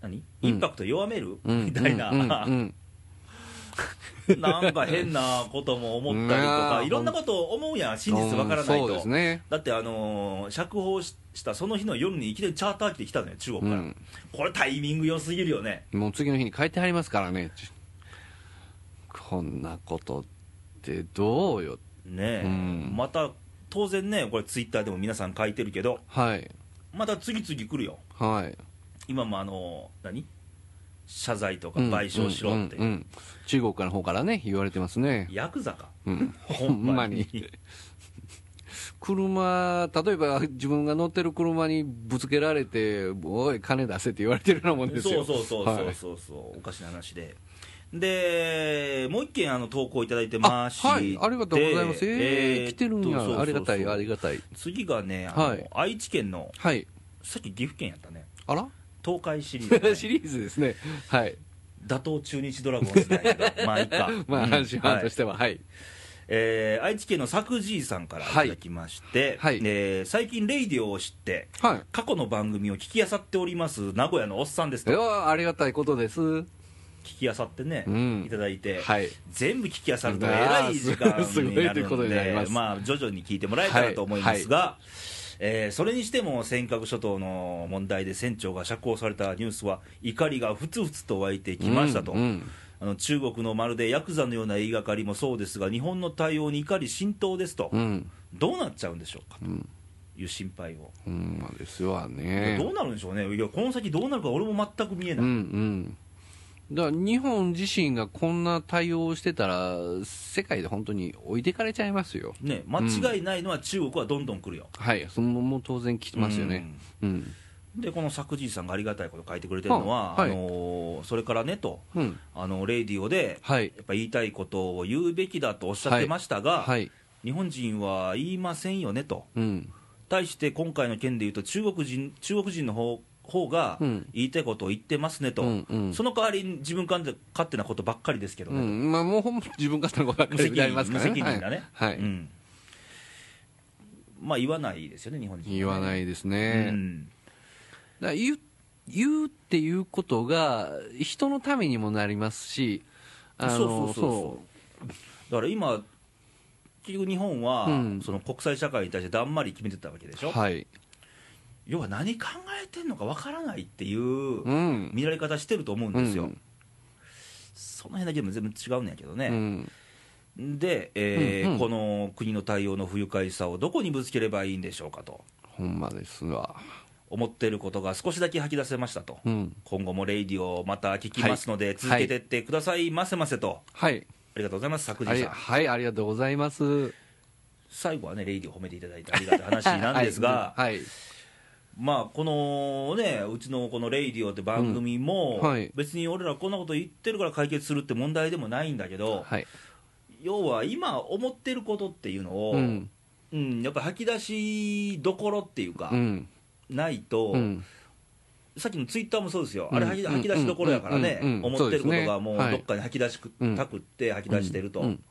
Speaker 1: 何
Speaker 2: うん
Speaker 1: インパクト弱める、
Speaker 2: うん
Speaker 1: みたいな、
Speaker 2: うんうんうん
Speaker 1: [laughs] なんか変なことも思ったりと
Speaker 2: う
Speaker 1: か、
Speaker 2: ん
Speaker 1: いろんなことを思うやん、真実わからない
Speaker 2: うんそう
Speaker 1: と。
Speaker 2: ですね
Speaker 1: だって、あのー釈放ししたその日の夜にいきなりチャーター機で来たのよ、中国
Speaker 2: う
Speaker 1: から、
Speaker 2: ん
Speaker 1: これ、タイミング良すぎるよね、
Speaker 2: もう次の日に書いてありますからねこんなことってどうよ
Speaker 1: ねえ、
Speaker 2: うん
Speaker 1: また当然ね、これ、ツイッターでも皆さん書いてるけど、
Speaker 2: はい
Speaker 1: また次々来るよ、
Speaker 2: はい
Speaker 1: 今もあのー何謝罪とか賠償しろって、
Speaker 2: うんうんうん中国からの方からね言われてますね
Speaker 1: ヤクザか、
Speaker 2: うん
Speaker 1: ほんまに。
Speaker 2: 車例えば自分が乗ってる車にぶつけられて「おい金出せ」って言われてるようなもんです
Speaker 1: そう
Speaker 2: よ
Speaker 1: そうそうそうそうそう、おかしな話で。で、もう一件あの投稿いただいてまし
Speaker 2: あはいありがとうございますええ
Speaker 1: ー
Speaker 2: 来てるん
Speaker 1: えーっとそうそうそ
Speaker 2: や
Speaker 1: う
Speaker 2: ありがたいありがたい
Speaker 1: 次がね、あの
Speaker 2: はい
Speaker 1: 愛知県の、
Speaker 2: はい
Speaker 1: さっき岐阜県やったね、
Speaker 2: あら
Speaker 1: 東海シ
Speaker 2: [laughs]
Speaker 1: リーズね、
Speaker 2: シリーズですねはい
Speaker 1: 打倒中日ドラゴンズなんやけ
Speaker 2: [laughs]。
Speaker 1: ど、まあいいか
Speaker 2: まあ
Speaker 1: うん
Speaker 2: 阪神ファンとしてははい
Speaker 1: えー愛知県の作じいさんからいただきまして、
Speaker 2: はいはい
Speaker 1: えー最近、レイディオを知って、
Speaker 2: はい
Speaker 1: 過去の番組を聞きあさっております、名古屋のおっさんです
Speaker 2: い
Speaker 1: と、聞
Speaker 2: やありがたいことですは
Speaker 1: きあさってね、
Speaker 2: うん
Speaker 1: いただいて、
Speaker 2: い
Speaker 1: 全部聞きあさるとえらい時間
Speaker 2: すごい
Speaker 1: になる
Speaker 2: ということ
Speaker 1: の
Speaker 2: になり
Speaker 1: で
Speaker 2: ます
Speaker 1: まあ徐々に聞いてもらえたらと思いますが、えーそれにしても尖閣諸島の問題で船長が釈放されたニュースは怒りがふつふつと湧いてきましたと、
Speaker 2: うんうん
Speaker 1: あの中国のまるでヤクザのような言いがかりもそうですが日本の対応に怒り浸透ですと、
Speaker 2: うん
Speaker 1: どうなっちゃうんでしょうかと
Speaker 2: うん
Speaker 1: いう心配を、
Speaker 2: ほんまですわね
Speaker 1: どうなるんでしょうねいやこの先どうなるか俺も全く見え
Speaker 2: う
Speaker 1: ない、
Speaker 2: んうん、だから日本自身がこんな対応をしてたら、世界で本当に置いてかれちゃいますよ、
Speaker 1: ね、間違いないのは中国はどんどん来るよ
Speaker 2: はい、そのもう当然来てますよね、うん、
Speaker 1: でこの作じいさんがありがたいこと書いてくれてるのは、
Speaker 2: ははい
Speaker 1: あのーそれからねと、
Speaker 2: うん、
Speaker 1: あのレイディオで、
Speaker 2: はい、
Speaker 1: やっぱ言いたいことを言うべきだとおっしゃってましたが、
Speaker 2: はい、
Speaker 1: 日本人は言いませんよねと、
Speaker 2: うん、
Speaker 1: 対して今回の件でいうと、中国人中国人の方方が
Speaker 2: うん
Speaker 1: 言いたいことを言ってますねと、
Speaker 2: うんうん
Speaker 1: その代わりに自分勝手勝手なことばっかりですけど
Speaker 2: う
Speaker 1: ねと、
Speaker 2: ん、まあ、もうほんま自分勝手なことばっ
Speaker 1: 無
Speaker 2: かり
Speaker 1: 責
Speaker 2: であ
Speaker 1: 任
Speaker 2: ります
Speaker 1: 無
Speaker 2: からね、
Speaker 1: 責任だね、
Speaker 2: はい、はい
Speaker 1: うんまあ言わないですよね、日本人はね、
Speaker 2: 言わないですね、
Speaker 1: うん
Speaker 2: だから言う言うっていうことが、人のためにもなりますし、
Speaker 1: そうそうそうそうだから今、結局日本は、
Speaker 2: うん
Speaker 1: その国際社会に対してだんまり決めてたわけでし
Speaker 2: そう
Speaker 1: ょ、
Speaker 2: はい、
Speaker 1: 要は何考えてんのかわからないっていう
Speaker 2: うん、
Speaker 1: 見られ方してると思うんですよ、
Speaker 2: うん
Speaker 1: その辺だけでも全部違うんやけど
Speaker 2: う
Speaker 1: ね、
Speaker 2: ん、
Speaker 1: で、えー
Speaker 2: うんうん
Speaker 1: この国の対応の不愉快さをどこにぶつければいいんでしょうかと、
Speaker 2: ほんまですわ、
Speaker 1: 思ってることが少しだけ吐き出せましたと、
Speaker 2: うん、
Speaker 1: 今後もレイディオをまた聞きますので、続けてってくださいませませと、
Speaker 2: はい。
Speaker 1: ありがとうございます、作
Speaker 2: あ
Speaker 1: 事
Speaker 2: り
Speaker 1: さん。
Speaker 2: はい、ありがとうございます。
Speaker 1: 最後はね、レイディオ褒めていただいてありがたい話なんですが。
Speaker 2: [laughs] はい、
Speaker 1: まあこのねうちのこの「レイディオ」って番組も、
Speaker 2: うんはい
Speaker 1: 別に俺らこんなこと言ってるから解決するって問題でもないんだけど、
Speaker 2: はい、
Speaker 1: 要は今思ってることっていうのを、
Speaker 2: う
Speaker 1: うん
Speaker 2: ん、
Speaker 1: やっぱ吐き出しどころっていうか、
Speaker 2: うん、
Speaker 1: ないと、
Speaker 2: うん、
Speaker 1: さっきのツイッターもそうですよ、
Speaker 2: うん
Speaker 1: あれ吐き吐き出しどころやからね、
Speaker 2: うんうんうんうん
Speaker 1: 思ってることがもう
Speaker 2: そうですねはい
Speaker 1: どっかに吐き出しく
Speaker 2: うん
Speaker 1: たくって吐き出してると、
Speaker 2: うん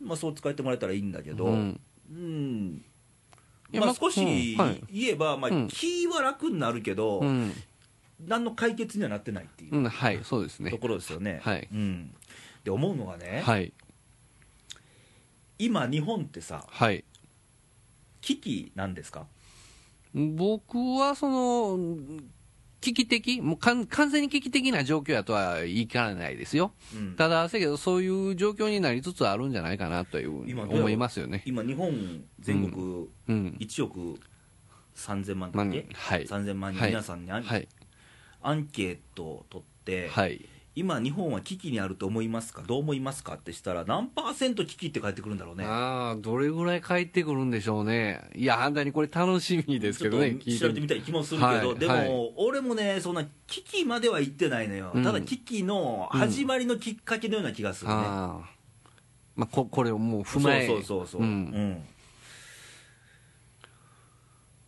Speaker 1: まあ、そう使ってもらえたらいいんだけど、
Speaker 2: う
Speaker 1: うん
Speaker 2: ん、いや
Speaker 1: ま
Speaker 2: ま
Speaker 1: あ、
Speaker 2: あ
Speaker 1: 少し
Speaker 2: うんはい
Speaker 1: 言えば、まあ
Speaker 2: うん、
Speaker 1: 気は楽になるけど、
Speaker 2: うん、
Speaker 1: 何の解決にはなってないっていう
Speaker 2: う。ん、はい、そうです
Speaker 1: と
Speaker 2: ね。
Speaker 1: ころですよね。
Speaker 2: はい
Speaker 1: うん、で思うのがね、
Speaker 2: はい、
Speaker 1: 今、日本ってさ、
Speaker 2: はい。
Speaker 1: 危機なんですか
Speaker 2: 僕はその危機的、もう完完全に危機的な状況やとは言い切らないですよ。
Speaker 1: うん
Speaker 2: ただ、せやけどそういう状況になりつつあるんじゃないかなというふうに
Speaker 1: 今どうやろう
Speaker 2: 思いますよね。
Speaker 1: 今、日本全国
Speaker 2: うん、
Speaker 1: 1億3000万だ
Speaker 2: まあ
Speaker 1: っけ、
Speaker 2: はい、
Speaker 1: 3000万人、
Speaker 2: はい
Speaker 1: 皆さんにア,、
Speaker 2: はい、
Speaker 1: アンケートを取って、
Speaker 2: はい。
Speaker 1: 今、日本は危機にあると思いますか、どう思いますかってしたら、何パーセント危機って返ってくるんだろうね。
Speaker 2: ああ、どれぐらい帰ってくるんでしょうね。いや、反対にこれ楽しみです
Speaker 1: ちょっ
Speaker 2: け
Speaker 1: と
Speaker 2: どね、聞い
Speaker 1: 調べてみ
Speaker 2: てみ
Speaker 1: たい気もするけど、
Speaker 2: はい
Speaker 1: でも、
Speaker 2: はい
Speaker 1: 俺もね、そんな危機までは行ってないのよ、
Speaker 2: うん
Speaker 1: ただ危機の始まりのきっかけのような気がするね。
Speaker 2: ああまあ、ここれをもう踏まえ
Speaker 1: そうそうそうそう、
Speaker 2: う
Speaker 1: うんん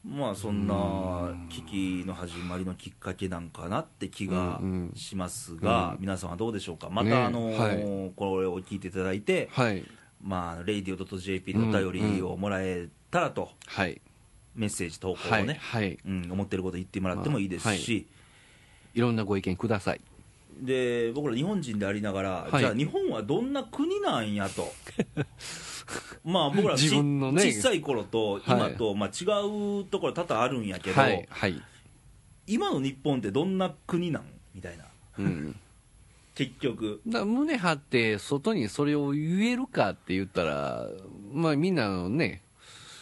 Speaker 1: まあそんな危機の始まりのきっかけなんかなって気が
Speaker 2: うんうん
Speaker 1: しますが、
Speaker 2: うん
Speaker 1: 皆さんはどうでしょうかまた、
Speaker 2: ねえ
Speaker 1: あのーこれを聞いていただいて、
Speaker 2: はい
Speaker 1: まあ、radio.jp のお便りをもらえったらと、
Speaker 2: はい、
Speaker 1: メッセージ投稿を
Speaker 2: はい、
Speaker 1: ね、
Speaker 2: はい、
Speaker 1: うん、思ってること言ってもらってもいいですし、
Speaker 2: いろんなご意見ください。
Speaker 1: で僕ら日本人でありながら、
Speaker 2: はい
Speaker 1: じゃあ、日本はどんな国なんや
Speaker 2: [laughs]
Speaker 1: と、まあ僕らち
Speaker 2: 自分のね
Speaker 1: 小さい頃と今と、まあ、違うところ多々あるんやけど、
Speaker 2: はい、はい、
Speaker 1: 今の日本ってどんな国なんみたいな、
Speaker 2: うん、
Speaker 1: 結局、
Speaker 2: だから胸張って外にそれを言えるかって言ったら、まあみんなのね、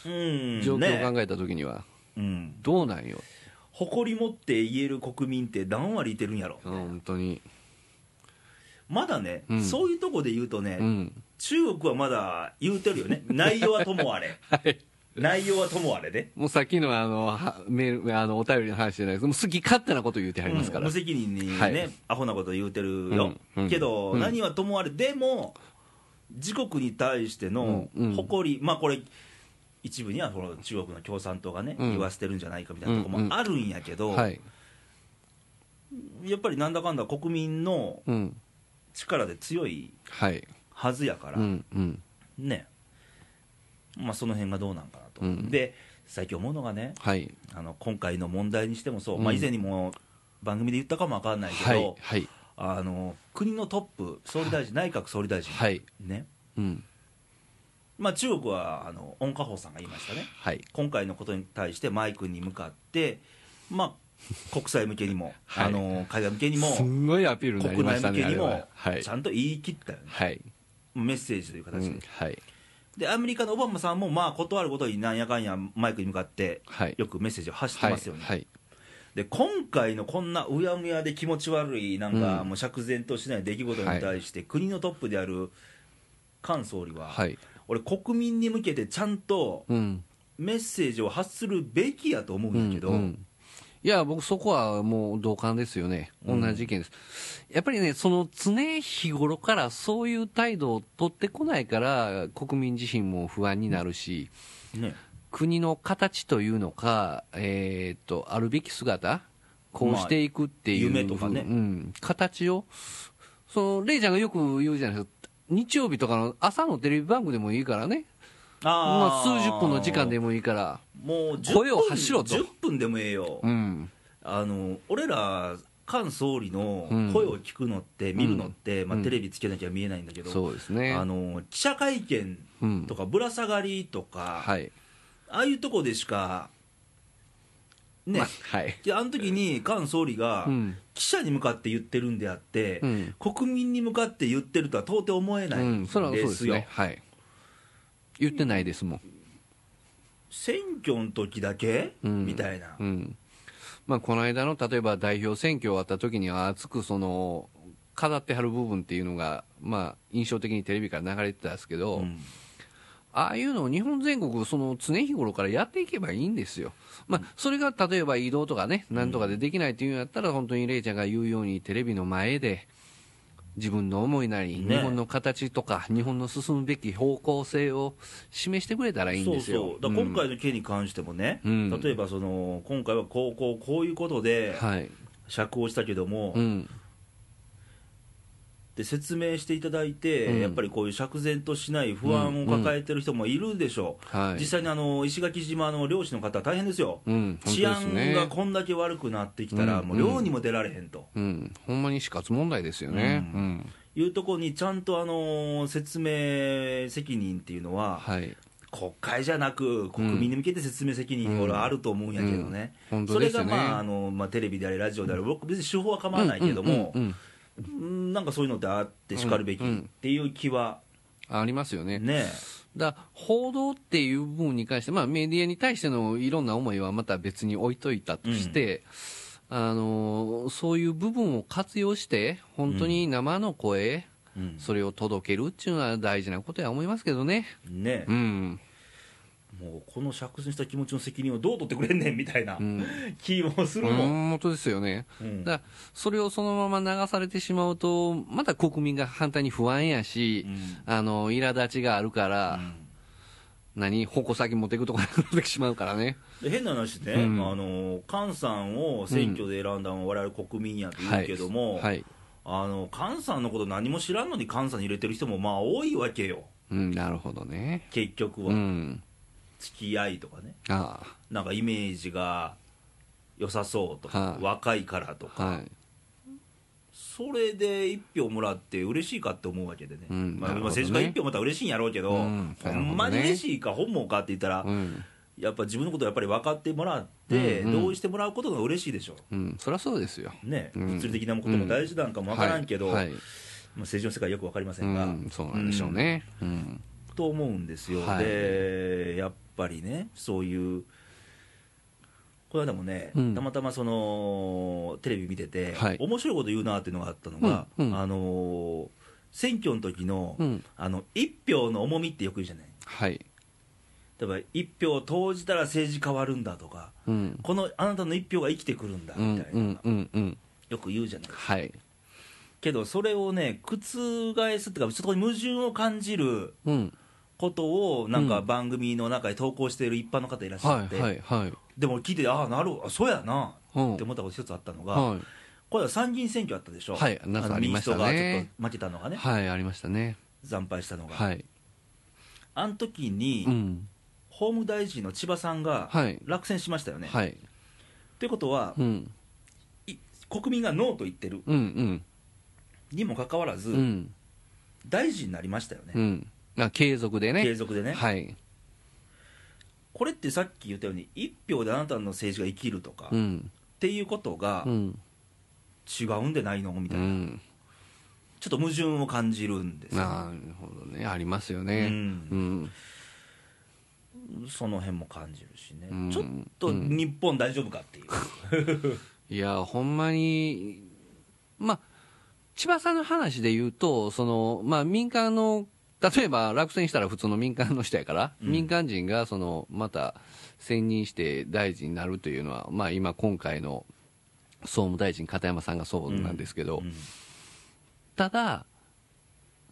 Speaker 1: うん、
Speaker 2: 状況を
Speaker 1: ね
Speaker 2: 考えたときには、
Speaker 1: うん、
Speaker 2: どうなんよ、
Speaker 1: 誇り持って言える国民って何割いてるんやろ、
Speaker 2: 本当に。
Speaker 1: まだね、
Speaker 2: うん
Speaker 1: そういうとこで言うとね、
Speaker 2: うん、
Speaker 1: 中国はまだ言うてる
Speaker 2: [laughs]
Speaker 1: よね、内容はともあれ、
Speaker 2: はい。
Speaker 1: 内容はともあれで、
Speaker 2: もうさっきのあのはメールあのお便りの話じゃないですもう好き勝手なこと言うてはりますから、
Speaker 1: うん無責任にね、
Speaker 2: はい
Speaker 1: アホなこと言うてるよ、
Speaker 2: うんうん
Speaker 1: けど、
Speaker 2: うん
Speaker 1: 何はともあれ、でも、自国に対しての
Speaker 2: うんうん
Speaker 1: 誇り、まあこれ、一部にはこの中国の共産党がね、
Speaker 2: うん
Speaker 1: 言わせてるんじゃないかみたいなところもあるんやけど、
Speaker 2: はい、
Speaker 1: やっぱりなんだかんだ国民の
Speaker 2: うん、
Speaker 1: 力で強い
Speaker 2: はい、
Speaker 1: はずやから、
Speaker 2: うん、うん、
Speaker 1: ね、まあ、その辺がどうなんかなと。
Speaker 2: うん
Speaker 1: で最近思うのがね
Speaker 2: はい、
Speaker 1: あの今回の問題にしてもそう、
Speaker 2: うん
Speaker 1: まあ、以前にも番組で言ったかもわかんないけど、
Speaker 2: はい、はい、
Speaker 1: あの国のトップ、総理大臣、内閣総理大臣、
Speaker 2: はい、
Speaker 1: ね
Speaker 2: うん、
Speaker 1: まあ、中国はあの温家宝さんが言いましたね、
Speaker 2: はい、
Speaker 1: 今回のことに対してマイクに向かって、まあ、国際向けにも、
Speaker 2: [laughs] はい
Speaker 1: あの海外向けにも、
Speaker 2: すんごいアピールになり
Speaker 1: 国
Speaker 2: ま
Speaker 1: 内
Speaker 2: した
Speaker 1: 向
Speaker 2: ね、
Speaker 1: け
Speaker 2: あ
Speaker 1: に
Speaker 2: れ
Speaker 1: も
Speaker 2: は、はい
Speaker 1: ち、ゃんと言い切ったよね、
Speaker 2: はい、
Speaker 1: メッセージという
Speaker 2: う
Speaker 1: 形で,、
Speaker 2: ん、はい、
Speaker 1: で、アメリカのオバマさんも、まあ、断るごとになんやかんやマイクに向かって、
Speaker 2: はい、
Speaker 1: よくメッセージを発してますよね。
Speaker 2: はい、
Speaker 1: で今回のこんなうやむやで気持ち悪い、なんか、
Speaker 2: うん
Speaker 1: もう釈然としない出来事に対して、国のトップである菅総理は、
Speaker 2: はい、はい、
Speaker 1: 俺、国民に向けてちゃんと
Speaker 2: うん、
Speaker 1: メッセージを発するべきやと思うんだけど、
Speaker 2: うんうんいや、僕、そこはもう同感ですよね、
Speaker 1: う
Speaker 2: 同
Speaker 1: ん
Speaker 2: じ意見です、やっぱりね、その常日頃からそういう態度を取ってこないから、国民自身も不安になるし、
Speaker 1: ね、
Speaker 2: 国の形というのか、えーっと、あるべき姿、こうしていくっていう、
Speaker 1: まあ夢とかね
Speaker 2: うん、形を、そのレイちゃんがよく言うじゃないですか。日曜日とかの朝のテレビ番組でもいいからね、まあ、
Speaker 1: ー
Speaker 2: 数十分の時間でもいいから、
Speaker 1: もう10分
Speaker 2: 声を発しろと
Speaker 1: 10分でもええよ、
Speaker 2: うん、
Speaker 1: あの俺ら、菅総理の
Speaker 2: うん
Speaker 1: 声を聞くのって、見るのって、まあ、
Speaker 2: うん
Speaker 1: テレビつけなきゃ見えないんだけど、
Speaker 2: そうですね。
Speaker 1: あの記者会見
Speaker 2: うん
Speaker 1: と、か、ぶら下がりとか。
Speaker 2: はい、
Speaker 1: ああいうとこでしか、ね、
Speaker 2: まあはい、
Speaker 1: であの時に菅総理が
Speaker 2: うん
Speaker 1: 記者に向かって言ってるんであって、
Speaker 2: うん
Speaker 1: 国民に向かって言ってるとは到底思えない
Speaker 2: うん、それはそう
Speaker 1: で
Speaker 2: です
Speaker 1: すよ、
Speaker 2: ね、はい、言ってないですもん、
Speaker 1: 選挙の時だけ、
Speaker 2: うん
Speaker 1: みたいな
Speaker 2: う、んまあ、この間の例えば代表選挙終わった時には、熱くその飾ってはる部分っていうのが、まあ、印象的にテレビから流れてたんですけど、
Speaker 1: うん
Speaker 2: ああいうのを日本全国、その常日頃からやっていけばいいんですよ、まあ、それが例えば移動とかね、なんとかでできないっていうんやったら、本当にレイちゃんが言うように、テレビの前で、自分の思いなり、
Speaker 1: ね
Speaker 2: 日本の形とか、日本の進むべき方向性を示してくれたらいいん
Speaker 1: そう
Speaker 2: ですよ。
Speaker 1: そう、だから今回の件に関してもね、
Speaker 2: うん
Speaker 1: 例えばその今回はこうこうこういうことで
Speaker 2: うんはい、
Speaker 1: 釈放したけども、
Speaker 2: うん
Speaker 1: で説明していただいて、
Speaker 2: うん
Speaker 1: やっぱりこういう釈然としない不安を抱えてる人もいるでしょう、
Speaker 2: はい、
Speaker 1: 実際にあの石垣島の漁師の方、大変ですよ。
Speaker 2: うん、
Speaker 1: 治
Speaker 2: 本当
Speaker 1: 安
Speaker 2: です
Speaker 1: が
Speaker 2: ね
Speaker 1: こんだけ悪くなってきたら、
Speaker 2: うん
Speaker 1: もう漁にも出られへんと
Speaker 2: うん、ほんまに死活問題ですよね、
Speaker 1: う
Speaker 2: うんん
Speaker 1: いうところに、ちゃんと、あのー説明責任っていうのは、
Speaker 2: はい、
Speaker 1: 国会じゃなく、国民に向けて説明責任、
Speaker 2: うん
Speaker 1: 俺はあると思うんやけどね、
Speaker 2: 本当
Speaker 1: それ
Speaker 2: です
Speaker 1: が、
Speaker 2: よね。
Speaker 1: まああのまあ、テレビであれ、ラジオであれ、僕、別に手法は構わないけども、
Speaker 2: うんうん
Speaker 1: う
Speaker 2: うん
Speaker 1: んなんかそういうのってあってしかるべき
Speaker 2: うんうん
Speaker 1: っていう気は
Speaker 2: うんありますよね。
Speaker 1: ね、
Speaker 2: だ報道っていう部分に関して、まあ、メディアに対してのいろんな思いはまた別に置いといたとして、あのそういう部分を活用して、本当に生の声、
Speaker 1: うん
Speaker 2: それを届けるっていうのは大事なことや思いますけどね。
Speaker 1: ね
Speaker 2: うん、
Speaker 1: もうこの釈然した気持ちの責任をどう取ってくれんねんみたいな
Speaker 2: うん、
Speaker 1: 気もする
Speaker 2: うん
Speaker 1: もん。
Speaker 2: 本当ですよね。
Speaker 1: うん
Speaker 2: だからそれをそのまま流されてしまうと、また国民が反対に不安やし
Speaker 1: う、ん
Speaker 2: あの苛立ちがあるから、何、矛先持っていくとこなくなってしまうからね、
Speaker 1: で変な話ね、
Speaker 2: うん
Speaker 1: あの菅さんを選挙で選んだのは我々国民やと言うけども、
Speaker 2: はい
Speaker 1: あの菅さんのこと何も知らんのに菅さんに入れてる人もまあ多いわけよ、
Speaker 2: うん、なるほどね、
Speaker 1: 結局
Speaker 2: う
Speaker 1: は、
Speaker 2: ん、
Speaker 1: 付き合いとかね
Speaker 2: あ
Speaker 1: なんかイメージが良さそうとか、
Speaker 2: はい
Speaker 1: 若いからとか
Speaker 2: あはい
Speaker 1: それで1票もらって嬉しいかって思うわけでね、
Speaker 2: うん
Speaker 1: まあ、
Speaker 2: なるほどね
Speaker 1: 政治家1票もらったら嬉しいんやろうけど、
Speaker 2: うん
Speaker 1: ほんまに
Speaker 2: なるほどね
Speaker 1: 嬉しいか本望かって言ったら、
Speaker 2: うん
Speaker 1: やっぱ自分のことをやっぱり分かってもらって、
Speaker 2: うんうん
Speaker 1: 同意してもらうことが嬉しいでしょ
Speaker 2: うんそりゃそうですよ
Speaker 1: うね、
Speaker 2: うん
Speaker 1: 物理的なことも大事なんかも分からんけど、
Speaker 2: はいはい
Speaker 1: まあ、政治の世界よく分かりませ
Speaker 2: うん
Speaker 1: が、
Speaker 2: んそうなんでしょうねうん
Speaker 1: うんと思うんですよ、
Speaker 2: はい
Speaker 1: でやっぱりねそういうこの間もね、
Speaker 2: うん
Speaker 1: たまたまそのテレビ見てて、
Speaker 2: はい
Speaker 1: 面白いこと言うなっていうのがあったのが、
Speaker 2: うんうん
Speaker 1: あのー選挙の時の、
Speaker 2: うん
Speaker 1: あの一票の重みってよく言うじゃない
Speaker 2: はい
Speaker 1: 例えば一票投じたら政治変わるんだとか
Speaker 2: うん
Speaker 1: このあなたの一票が生きてくるんだ
Speaker 2: うん
Speaker 1: みたいな、
Speaker 2: うんうんうん
Speaker 1: よく言うじゃない
Speaker 2: はい
Speaker 1: けどそれをね覆すっていうかそこに矛盾を感じる
Speaker 2: うん
Speaker 1: ことをなんか
Speaker 2: うん
Speaker 1: 番組の中で投稿している一般の方いらっしゃ
Speaker 2: は
Speaker 1: って、
Speaker 2: いはいはい
Speaker 1: でも聞いてああなるほどそうやな
Speaker 2: うん
Speaker 1: って思ったこと一つあったのが、
Speaker 2: は
Speaker 1: これは参議院選挙あったでしょ、
Speaker 2: はいなんか
Speaker 1: あの
Speaker 2: ありましたね
Speaker 1: 民主党がちょっと負けたのが
Speaker 2: い
Speaker 1: ね、
Speaker 2: はいありましたね
Speaker 1: 惨敗したのが、
Speaker 2: はい
Speaker 1: あの時に、
Speaker 2: うん
Speaker 1: 法務大臣の千葉さんが
Speaker 2: はい
Speaker 1: 落選しましたよね。
Speaker 2: はい
Speaker 1: ということは、
Speaker 2: うん
Speaker 1: い国民がノーと言ってる
Speaker 2: うん
Speaker 1: にもかかわらず、
Speaker 2: うんうん
Speaker 1: 大臣になりましたよ
Speaker 2: う
Speaker 1: ね、
Speaker 2: んあ継続で
Speaker 1: 継
Speaker 2: ね
Speaker 1: 続でね、
Speaker 2: はい
Speaker 1: これってさっき言ったように、一票であなたの政治が生きるとか、
Speaker 2: う
Speaker 1: っ
Speaker 2: ん
Speaker 1: ていうことが
Speaker 2: うん
Speaker 1: 違うんでないのみ
Speaker 2: う
Speaker 1: たいな、
Speaker 2: ん
Speaker 1: ちょっと矛盾を感じるんですよ
Speaker 2: なるほどねありますよ
Speaker 1: う、
Speaker 2: ねうんん
Speaker 1: その辺も感じるしね、
Speaker 2: うん
Speaker 1: ちょっと日本大丈夫かっていう、
Speaker 2: いやほんまにまあ千葉さんの話で言うとそのまあ民間の例えば落選したら普通の民間の人やから、
Speaker 1: うん
Speaker 2: 民間人がそのまた選任して大臣になるというのは、まあ、今、今回の総務大臣、片山さんがそうなんですけど、
Speaker 1: うん
Speaker 2: ただ、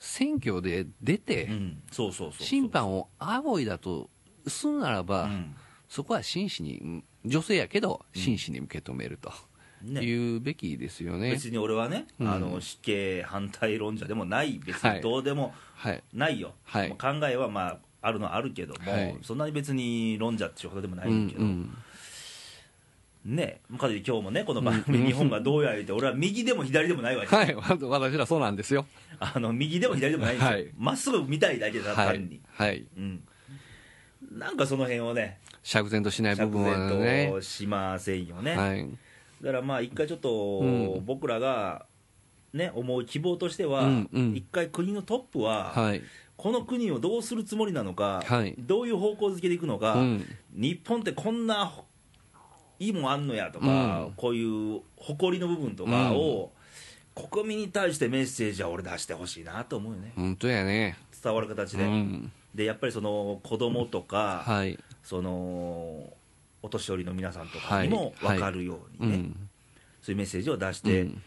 Speaker 2: 選挙で出て、
Speaker 1: うんそうそうそうそう、
Speaker 2: 審判を仰いだとするならば、
Speaker 1: うん
Speaker 2: そこは真摯に、うん女性やけど、真摯に受け止めると、
Speaker 1: ね
Speaker 2: いうべきですよね。
Speaker 1: 別に俺はね、
Speaker 2: うん
Speaker 1: あの死刑反対論者でもない、別
Speaker 2: は
Speaker 1: に
Speaker 2: い
Speaker 1: どうでも
Speaker 2: はい、
Speaker 1: ないよ、
Speaker 2: はい
Speaker 1: もう考えはまああるのはあるけども、
Speaker 2: はい
Speaker 1: そんなに別に論者っていうほどでもないけど、
Speaker 2: うん
Speaker 1: ねかといって今日もね、この番組、日本がどうやら言って、俺は右でも左でもないわ
Speaker 2: うん、
Speaker 1: け、
Speaker 2: はい、わ私らそうなんですよ。
Speaker 1: あの右でも左でもないんですよ
Speaker 2: はい
Speaker 1: まっすぐ見たいだけだ、
Speaker 2: は
Speaker 1: 単
Speaker 2: い
Speaker 1: に、、
Speaker 2: はい、
Speaker 1: うん、なんかその辺をね、
Speaker 2: 釈然としない部
Speaker 1: 釈
Speaker 2: 分は
Speaker 1: 然
Speaker 2: ね
Speaker 1: と、しませんよね。
Speaker 2: はい、
Speaker 1: だからまあ一回ちょっと
Speaker 2: うん
Speaker 1: 僕らが、ね、思う希望としては、
Speaker 2: うんうん
Speaker 1: 一回国のトップは、
Speaker 2: はい、
Speaker 1: この国をどうするつもりなのか、
Speaker 2: はい
Speaker 1: どういう方向づけでいくのか、
Speaker 2: うん
Speaker 1: 日本ってこんないいもんあんのやとか、
Speaker 2: うん
Speaker 1: こういう誇りの部分とかを、国民に対してメッセージは俺出してほしいなと思うよね、
Speaker 2: 本当やね。
Speaker 1: 伝わる形
Speaker 2: う
Speaker 1: で。
Speaker 2: ん、
Speaker 1: でやっぱりその子供とか、
Speaker 2: はい、
Speaker 1: そのお年寄りの皆さんとかにも
Speaker 2: はい
Speaker 1: 分かるよう
Speaker 2: う
Speaker 1: にね、
Speaker 2: ん、
Speaker 1: そういうメッセージを出し
Speaker 2: う
Speaker 1: て、
Speaker 2: ん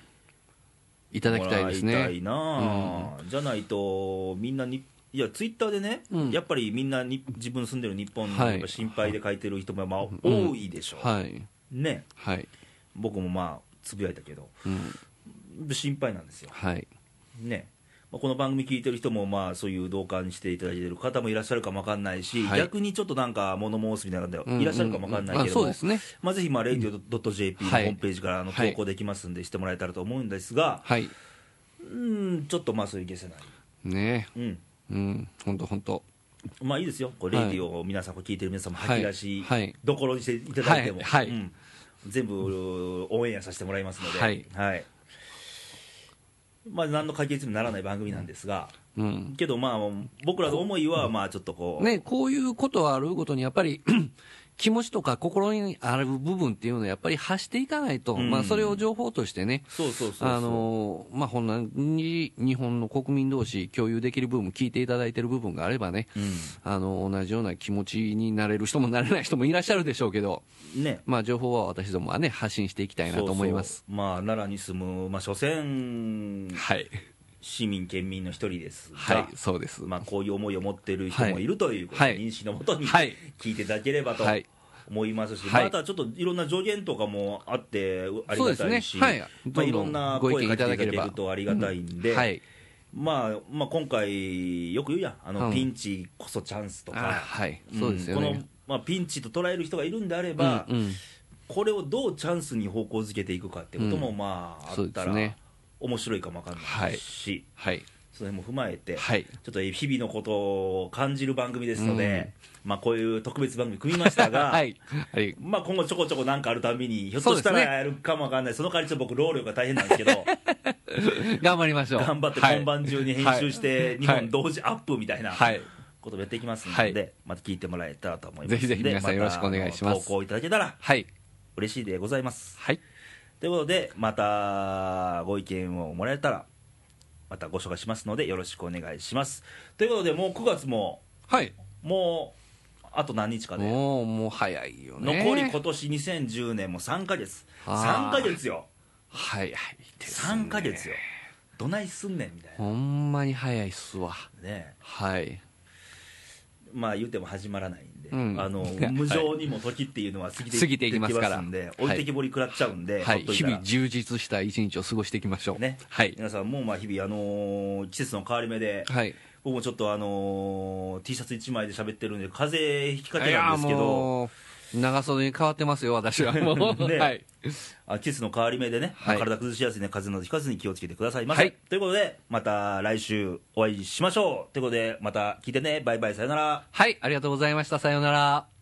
Speaker 2: いただきたいです
Speaker 1: もらいた
Speaker 2: ね。
Speaker 1: いなあ、じゃないと、みんなに、いや、ツイッターでね、
Speaker 2: うん
Speaker 1: やっぱりみんなに、自分の住んでる日本の
Speaker 2: はい
Speaker 1: やっぱ心配で書いてる人も、まあ、多いでしょう、
Speaker 2: はい、
Speaker 1: ね、
Speaker 2: はい、
Speaker 1: 僕もまあ、つぶやいたけど、
Speaker 2: うん、
Speaker 1: 心配なんですよ、
Speaker 2: はい、
Speaker 1: ね。まあこの番組聞いてる人も、まあ、そういう同感していただいてる方もいらっしゃるかもわかんないし、
Speaker 2: はい
Speaker 1: 逆にちょっとなんか物申すみたいな方いらっしゃるかもわかんないけれど
Speaker 2: ううう
Speaker 1: も
Speaker 2: あ、そうですね。
Speaker 1: まあ、ぜひ、まあ、radio.jp のホ
Speaker 2: はい
Speaker 1: ームページからあの
Speaker 2: は
Speaker 1: 投
Speaker 2: い
Speaker 1: 稿できますんで、してもらえたらと思うんですが、
Speaker 2: はい、
Speaker 1: うん、ちょっとまあ、そういう消せない。
Speaker 2: ね、
Speaker 1: うん
Speaker 2: うん、本当本当。
Speaker 1: まあいいですよ、こうレ
Speaker 2: はい
Speaker 1: ディオを皆さん、こう聞いてる皆さんも
Speaker 2: はい
Speaker 1: 吐き出し
Speaker 2: はい
Speaker 1: どころにしていただいても、
Speaker 2: はい
Speaker 1: う
Speaker 2: はい
Speaker 1: ん全部オンエアさせてもらいますので、
Speaker 2: はい
Speaker 1: はいまあ、何の解決にもならない番組なんですが、
Speaker 2: うん、
Speaker 1: けど、まあ、僕らの思いは、まあちょっとこう、
Speaker 2: ね、こういうことはあるごとに、やっぱり [clears throat] 気持ちとか心にある部分っていうのをやっぱり発していかないと、
Speaker 1: うん
Speaker 2: まあ、それを情報としてね、
Speaker 1: そうそうそうそう、
Speaker 2: あのまあ、ほんなに日本の国民同士、共有できる部分、聞いていただいてる部分があればね、
Speaker 1: う
Speaker 2: あの同じような気持ちになれる人もなれない人もいらっしゃるでしょうけど、
Speaker 1: んね、
Speaker 2: まあ、情報は私どもはね、発信していきたいなと思います。
Speaker 1: そうそうまあ、奈良に住む、まあ、所詮、
Speaker 2: はい、
Speaker 1: 市民、県民の一人ですが、
Speaker 2: はい、そうです。
Speaker 1: まあ、こういう思いを持ってる人もいるということ
Speaker 2: はい
Speaker 1: 認識のもとに、
Speaker 2: はい
Speaker 1: 聞いていただければと
Speaker 2: はい
Speaker 1: 思いますし、
Speaker 2: はい
Speaker 1: またちょっといろんな助言とかもあって、うあり
Speaker 2: そう
Speaker 1: が
Speaker 2: です
Speaker 1: た
Speaker 2: ね
Speaker 1: いし、
Speaker 2: はい
Speaker 1: まあ、いろ
Speaker 2: ど
Speaker 1: ん
Speaker 2: んどん
Speaker 1: な
Speaker 2: ご
Speaker 1: 声
Speaker 2: 意見
Speaker 1: かけてい
Speaker 2: いた
Speaker 1: ただ
Speaker 2: だけ
Speaker 1: け
Speaker 2: れば
Speaker 1: るとありがたいんで、
Speaker 2: はい、
Speaker 1: まあまあ、今回、よく言うやん、あの
Speaker 2: うん
Speaker 1: ピンチこそチャンスと
Speaker 2: あ
Speaker 1: か、
Speaker 2: はい
Speaker 1: うん
Speaker 2: そうですよね
Speaker 1: このまあ、ピンチと捉える人がいるんであれば、
Speaker 2: うんうん
Speaker 1: これをどうチャンスに方向づけていくかってことも、
Speaker 2: うん
Speaker 1: まあ、あ
Speaker 2: そう
Speaker 1: っ
Speaker 2: で
Speaker 1: た
Speaker 2: す
Speaker 1: ら、
Speaker 2: ね
Speaker 1: 面白いかもわかんないし、
Speaker 2: はい
Speaker 1: その辺も踏まえて、
Speaker 2: はい
Speaker 1: ちょっと日々のことを感じる番組ですので、まあ、こういう特別番組組みましたが、
Speaker 2: [laughs] はいはい
Speaker 1: まあ、今後ちょこちょこなんかあるたびに、ひょっとしたら
Speaker 2: そうですね
Speaker 1: やるかもわかんない、その代わりちょっと僕、労力が大変なんですけど、
Speaker 2: [laughs] 頑張りましょう
Speaker 1: 頑張って
Speaker 2: はい
Speaker 1: 本番中に編集して、
Speaker 2: い
Speaker 1: 日本同時アップみたいな
Speaker 2: はい
Speaker 1: ことをやっていきますの
Speaker 2: は
Speaker 1: で、
Speaker 2: い
Speaker 1: また聞いてもらえたらと思いますので、
Speaker 2: ぜひぜひ皆さんよろしくお願いし
Speaker 1: た
Speaker 2: ます
Speaker 1: あの投稿いただけたら
Speaker 2: はい
Speaker 1: 嬉しいでございます。
Speaker 2: はい
Speaker 1: ということで、またご意見をもらえたら、またご紹介しますので、よろしくお願いします。ということで、もう9月も、
Speaker 2: はい
Speaker 1: もうあと何日かで、
Speaker 2: もうもう早いよね
Speaker 1: 残り今年2010年も3ヶ月、
Speaker 2: あー
Speaker 1: 3ヶ月よ。
Speaker 2: 早いです、ね、
Speaker 1: 3ヶ月よどないすんねんみたい
Speaker 2: ほんまに早いっすわ
Speaker 1: なね
Speaker 2: はい
Speaker 1: まあ言うても始まらないんで、
Speaker 2: うん
Speaker 1: あの
Speaker 2: [laughs] はい
Speaker 1: 無情にも時っていうのは過ぎて
Speaker 2: 過ぎていきますから
Speaker 1: んで
Speaker 2: はい
Speaker 1: 置いてきぼり食らっちゃうんで、
Speaker 2: はい
Speaker 1: ほっと
Speaker 2: 日
Speaker 1: たら
Speaker 2: 々充実した一日を過ごしていきましょう
Speaker 1: ね
Speaker 2: はい
Speaker 1: 皆さんもまあ日々、あのー季節の変わり目で、
Speaker 2: はい
Speaker 1: 僕もちょっと、あのー T シャツ1枚で喋ってるんで風邪ひきか
Speaker 2: い
Speaker 1: け
Speaker 2: や
Speaker 1: なん
Speaker 2: ー
Speaker 1: ですけど
Speaker 2: もう長袖に変わってますよ私はもう、
Speaker 1: [laughs] ね
Speaker 2: はい
Speaker 1: あ季節の変わり目でね、
Speaker 2: はい
Speaker 1: 体崩しやすいね風邪などひかずに気をつけてくださいませ、
Speaker 2: はい
Speaker 1: ということでまた来週お会いしましょうということでまた聞いてねバイバイさよなら
Speaker 2: はいありがとうございましたさようなら